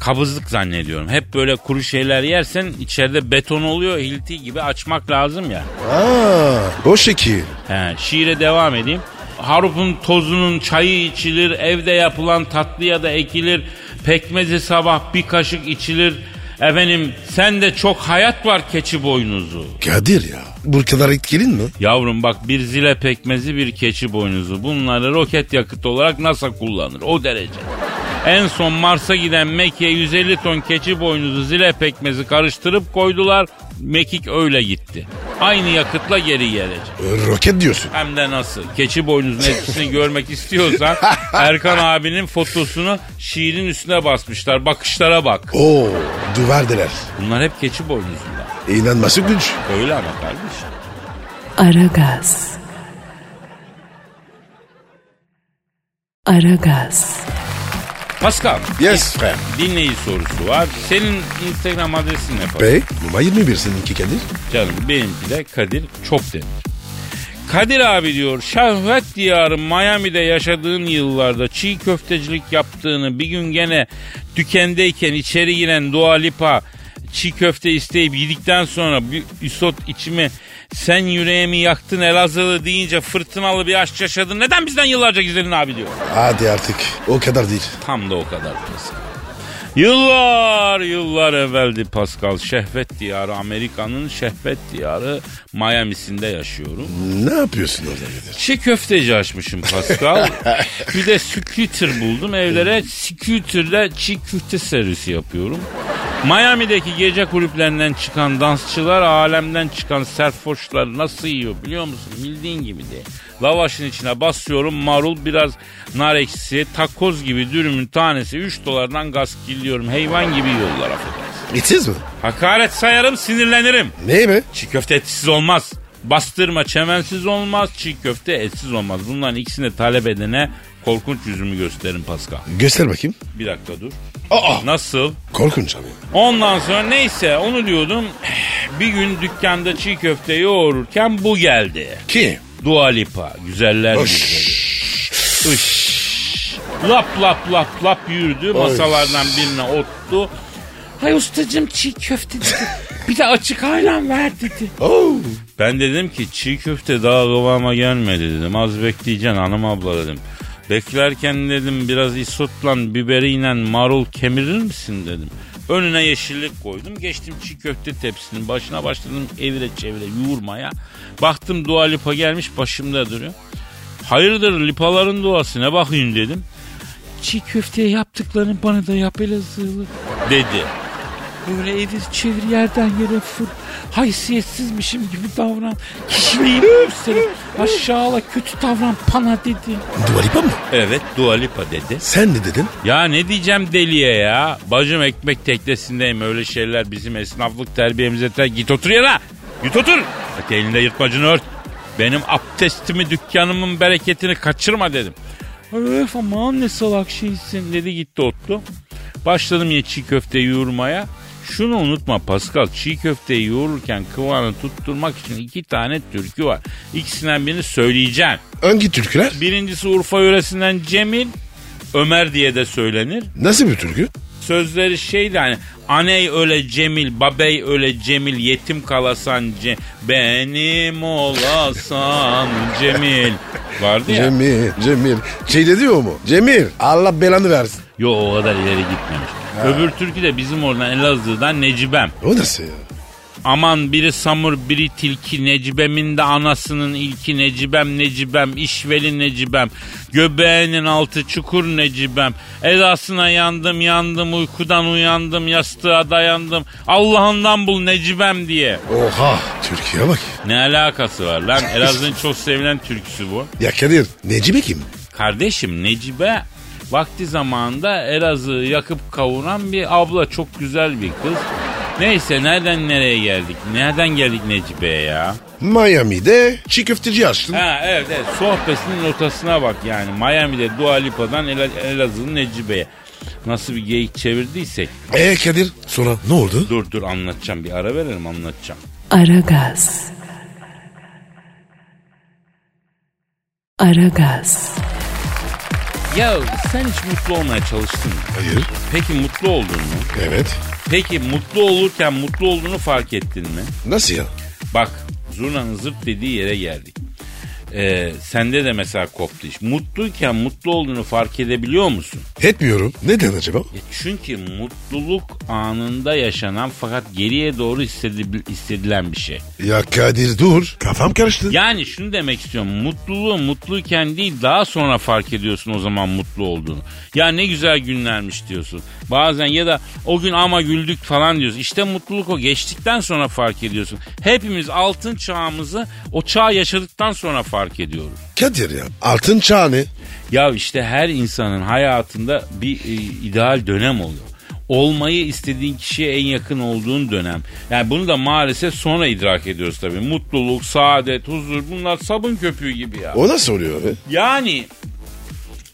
B: kabızlık zannediyorum. Hep böyle kuru şeyler yersen içeride beton oluyor hilti gibi açmak lazım ya.
C: Aa, o şekil.
B: He, şiire devam edeyim. Harup'un tozunun çayı içilir, evde yapılan tatlı ya da ekilir, pekmezi sabah bir kaşık içilir. Efendim sen de çok hayat var keçi boynuzu.
C: Kadir ya. Bu kadar etkilin mi?
B: Yavrum bak bir zile pekmezi bir keçi boynuzu. Bunları roket yakıt olarak NASA kullanır o derece. En son Mars'a giden Mekik'e 150 ton keçi boynuzu zile pekmezi karıştırıp koydular. Mekik öyle gitti. Aynı yakıtla geri gelecek.
C: Ee, Roket diyorsun.
B: Hem de nasıl? Keçi boynuzun etkisini görmek istiyorsan Erkan abinin fotosunu şiirin üstüne basmışlar. Bakışlara bak.
C: Oo duvardeler.
B: Bunlar hep keçi boynuzunda.
C: İnanması güç.
B: Öyle ama kardeşim.
A: Aragaz. Aragaz.
B: Pascal.
C: Yes
B: din- Dinleyici sorusu var. Senin Instagram adresin ne? Pascal?
C: Bey numara 21 seninki Kadir.
B: Canım benimki de Kadir Çopdemir. Kadir abi diyor şehvet diyarı Miami'de yaşadığın yıllarda çiğ köftecilik yaptığını bir gün gene dükendeyken içeri giren Dua Lipa çiğ köfte isteyip yedikten sonra bir üsot içimi sen yüreğimi yaktın Elazığlı deyince fırtınalı bir aşk yaşadın. Neden bizden yıllarca gizledin abi diyor.
C: Hadi artık o kadar değil.
B: Tam da o kadar Pascal. Yıllar yıllar evveldi Pascal. Şehvet diyarı Amerika'nın şehvet diyarı Miami'sinde yaşıyorum.
C: Ne yapıyorsun orada Kadir?
B: Çiğ köfteci açmışım Pascal. bir de scooter buldum evlere. Scooter'la çiğ köfte servisi yapıyorum. Miami'deki gece kulüplerinden çıkan dansçılar alemden çıkan serfoşlar nasıl yiyor biliyor musun? Bildiğin gibi de. Lavaşın içine basıyorum marul biraz nar ekşisi takoz gibi dürümün tanesi 3 dolardan gaskilliyorum. Hayvan gibi yollara affedersin.
C: İtiz mi?
B: Hakaret sayarım sinirlenirim.
C: Ne mi?
B: Çiğ köfte etsiz olmaz. Bastırma çemensiz olmaz. Çiğ köfte etsiz olmaz. Bunların ikisini talep edene korkunç yüzümü gösterin Pascal.
C: Göster bakayım.
B: Bir dakika dur.
C: Aa
B: Nasıl?
C: korkunç abi.
B: Ondan sonra neyse onu diyordum. Eh, Bir gün dükkanda çiğ köfte yoğururken bu geldi.
C: Ki?
B: Dua Lipa. Güzeller güzeli.
C: şey.
B: Üş. Lap lap lap lap yürüdü. Masalardan birine ottu. Hay ustacım çiğ köfte dedi. Bir de açık ayran ver dedi.
C: Oo.
B: Ben dedim ki çiğ köfte daha kıvama gelmedi dedim. Az bekleyeceksin hanım abla dedim. Beklerken dedim biraz isotla biberiyle marul kemirir misin dedim. Önüne yeşillik koydum. Geçtim çiğ köfte tepsinin başına başladım evire çevire yoğurmaya. Baktım Dua Lipa gelmiş başımda duruyor. Hayırdır lipaların duası ne bakayım dedim. çiğ köfte yaptıklarını bana da yap Elazığlı. Dedi. Böyle evir çevir yerden yere fır. Haysiyetsizmişim gibi davran. Kişiliğimi gösterin. Aşağıla kötü davran pana dedi.
C: Dualipa mı?
B: Evet Dualipa dedi.
C: Sen ne dedin?
B: Ya ne diyeceğim deliye ya? Bacım ekmek teknesindeyim öyle şeyler bizim esnaflık terbiyemize ter. Git otur yana. Git otur. Hadi elinde yırtmacını ört. Benim abdestimi dükkanımın bereketini kaçırma dedim. Öf aman ne salak şeysin dedi gitti ottu. Başladım ya çiğ köfteyi yoğurmaya. Şunu unutma Pascal çiğ köfteyi yoğururken kıvamını tutturmak için iki tane türkü var. İkisinden birini söyleyeceğim.
C: Hangi türküler?
B: Birincisi Urfa yöresinden Cemil. Ömer diye de söylenir.
C: Nasıl bir türkü?
B: Sözleri şeydi hani aney öyle Cemil, babey öyle Cemil, yetim kalasan Ce- benim olasan Cemil. Vardı ya.
C: Cemil, Cemil. Şey de diyor mu? Cemil, Allah belanı versin.
B: Yo o kadar ileri gitmemiş. Öbür türkü de bizim oradan Elazığ'dan Necibem.
C: O nasıl ya?
B: Aman biri samur biri tilki Necibem'in de anasının ilki Necibem Necibem işveli Necibem Göbeğinin altı çukur Necibem Edasına yandım yandım uykudan uyandım yastığa dayandım Allah'ından bul Necibem diye
C: Oha. Türkiye bak.
B: Ne alakası var lan Elazığ'ın çok sevilen türküsü bu
C: Ya Kadir, Necmi kim?
B: Kardeşim Necibe vakti zamanında Elazığ'ı yakıp kavuran bir abla çok güzel bir kız Neyse nereden nereye geldik? Nereden geldik Necibe'ye ya?
C: Miami'de çiğ köfteci açtın.
B: Ha evet evet sohbetinin ortasına bak yani Miami'de Dua Lipa'dan Ela- Elazığ'ın Necibe'ye. Nasıl bir geyik çevirdiysek
C: E Kadir, sonra ne oldu?
B: dur dur anlatacağım bir ara verelim anlatacağım.
A: Aragaz. Aragaz.
B: Ya sen hiç mutlu olmaya çalıştın mı?
C: Hayır.
B: Peki mutlu oldun mu?
C: Evet.
B: Peki mutlu olurken mutlu olduğunu fark ettin mi?
C: Nasıl ya?
B: Bak zurnanın zırt dediği yere geldik. Ee, sende de mesela koptu iş. Mutluyken mutlu olduğunu fark edebiliyor musun?
C: Etmiyorum. Neden acaba?
B: E çünkü mutluluk anında yaşanan fakat geriye doğru hissedi- hissedilen bir şey.
C: Ya Kadir dur. Kafam karıştı.
B: Yani şunu demek istiyorum. Mutluluğu mutluyken değil daha sonra fark ediyorsun o zaman mutlu olduğunu. Ya ne güzel günlermiş diyorsun. Bazen ya da o gün ama güldük falan diyorsun. İşte mutluluk o geçtikten sonra fark ediyorsun. Hepimiz altın çağımızı o çağı yaşadıktan sonra fark ediyoruz.
C: Kadir ya. Altın çağı ne?
B: Ya işte her insanın hayatında bir e, ideal dönem oluyor. Olmayı istediğin kişiye en yakın olduğun dönem. Yani bunu da maalesef sonra idrak ediyoruz tabii. Mutluluk, saadet, huzur bunlar sabun köpüğü gibi ya.
C: O nasıl oluyor be?
B: Yani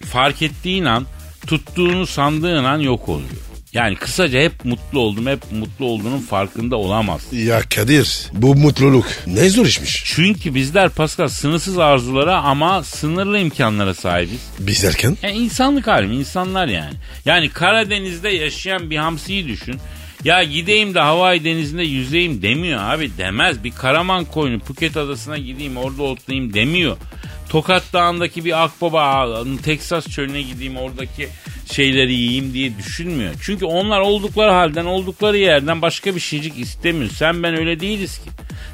B: fark ettiğin an tuttuğunu sandığın an yok oluyor. Yani kısaca hep mutlu oldum, hep mutlu olduğunun farkında olamazsın.
C: Ya Kadir bu mutluluk ne zor işmiş.
B: Çünkü bizler Pascal sınırsız arzulara ama sınırlı imkanlara sahibiz.
C: Biz erken
B: E insanlık halim insanlar yani. Yani Karadeniz'de yaşayan bir hamsiyi düşün. Ya gideyim de Hawaii denizinde yüzeyim demiyor abi demez. Bir Karaman koyunu Phuket adasına gideyim orada otlayayım demiyor. Tokat Dağı'ndaki bir akbaba ağanın Teksas çölüne gideyim oradaki şeyleri yiyeyim diye düşünmüyor. Çünkü onlar oldukları halden oldukları yerden başka bir şeycik istemiyor. Sen ben öyle değiliz ki.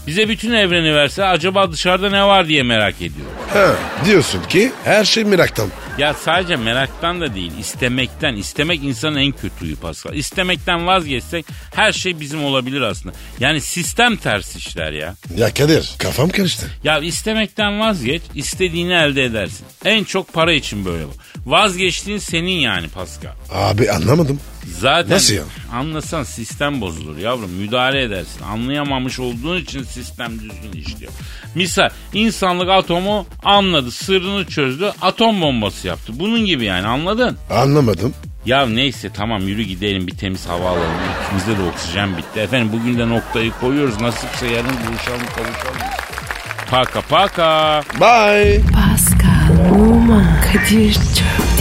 B: Bize bütün evreni verse acaba dışarıda ne var diye merak ediyor.
C: ha, diyorsun ki her şey meraktan.
B: Ya sadece meraktan da değil istemekten. İstemek insanın en kötüyü Pascal. İstemekten vazgeçsek her şey bizim olabilir aslında. Yani sistem ters işler ya.
C: Ya Kadir kafam karıştı.
B: Ya istemekten vazgeç istediğini elde edersin. En çok para için böyle bu. Vazgeçtiğin senin yani Pascal.
C: Abi anlamadım.
B: Zaten
C: Nasıl ya?
B: anlasan sistem bozulur yavrum. Müdahale edersin. Anlayamamış olduğun için sistem düzgün işliyor. Misal insanlık atomu anladı. Sırrını çözdü. Atom bombası yaptı. Bunun gibi yani anladın?
C: Anlamadım.
B: Ya neyse tamam yürü gidelim bir temiz hava alalım. İkimizde de oksijen bitti. Efendim bugün de noktayı koyuyoruz. Nasipse yarın buluşalım kavuşalım. Paka paka.
C: Bye.
A: Pascal, Oman, Kadir çok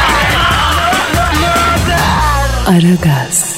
A: Aragaz.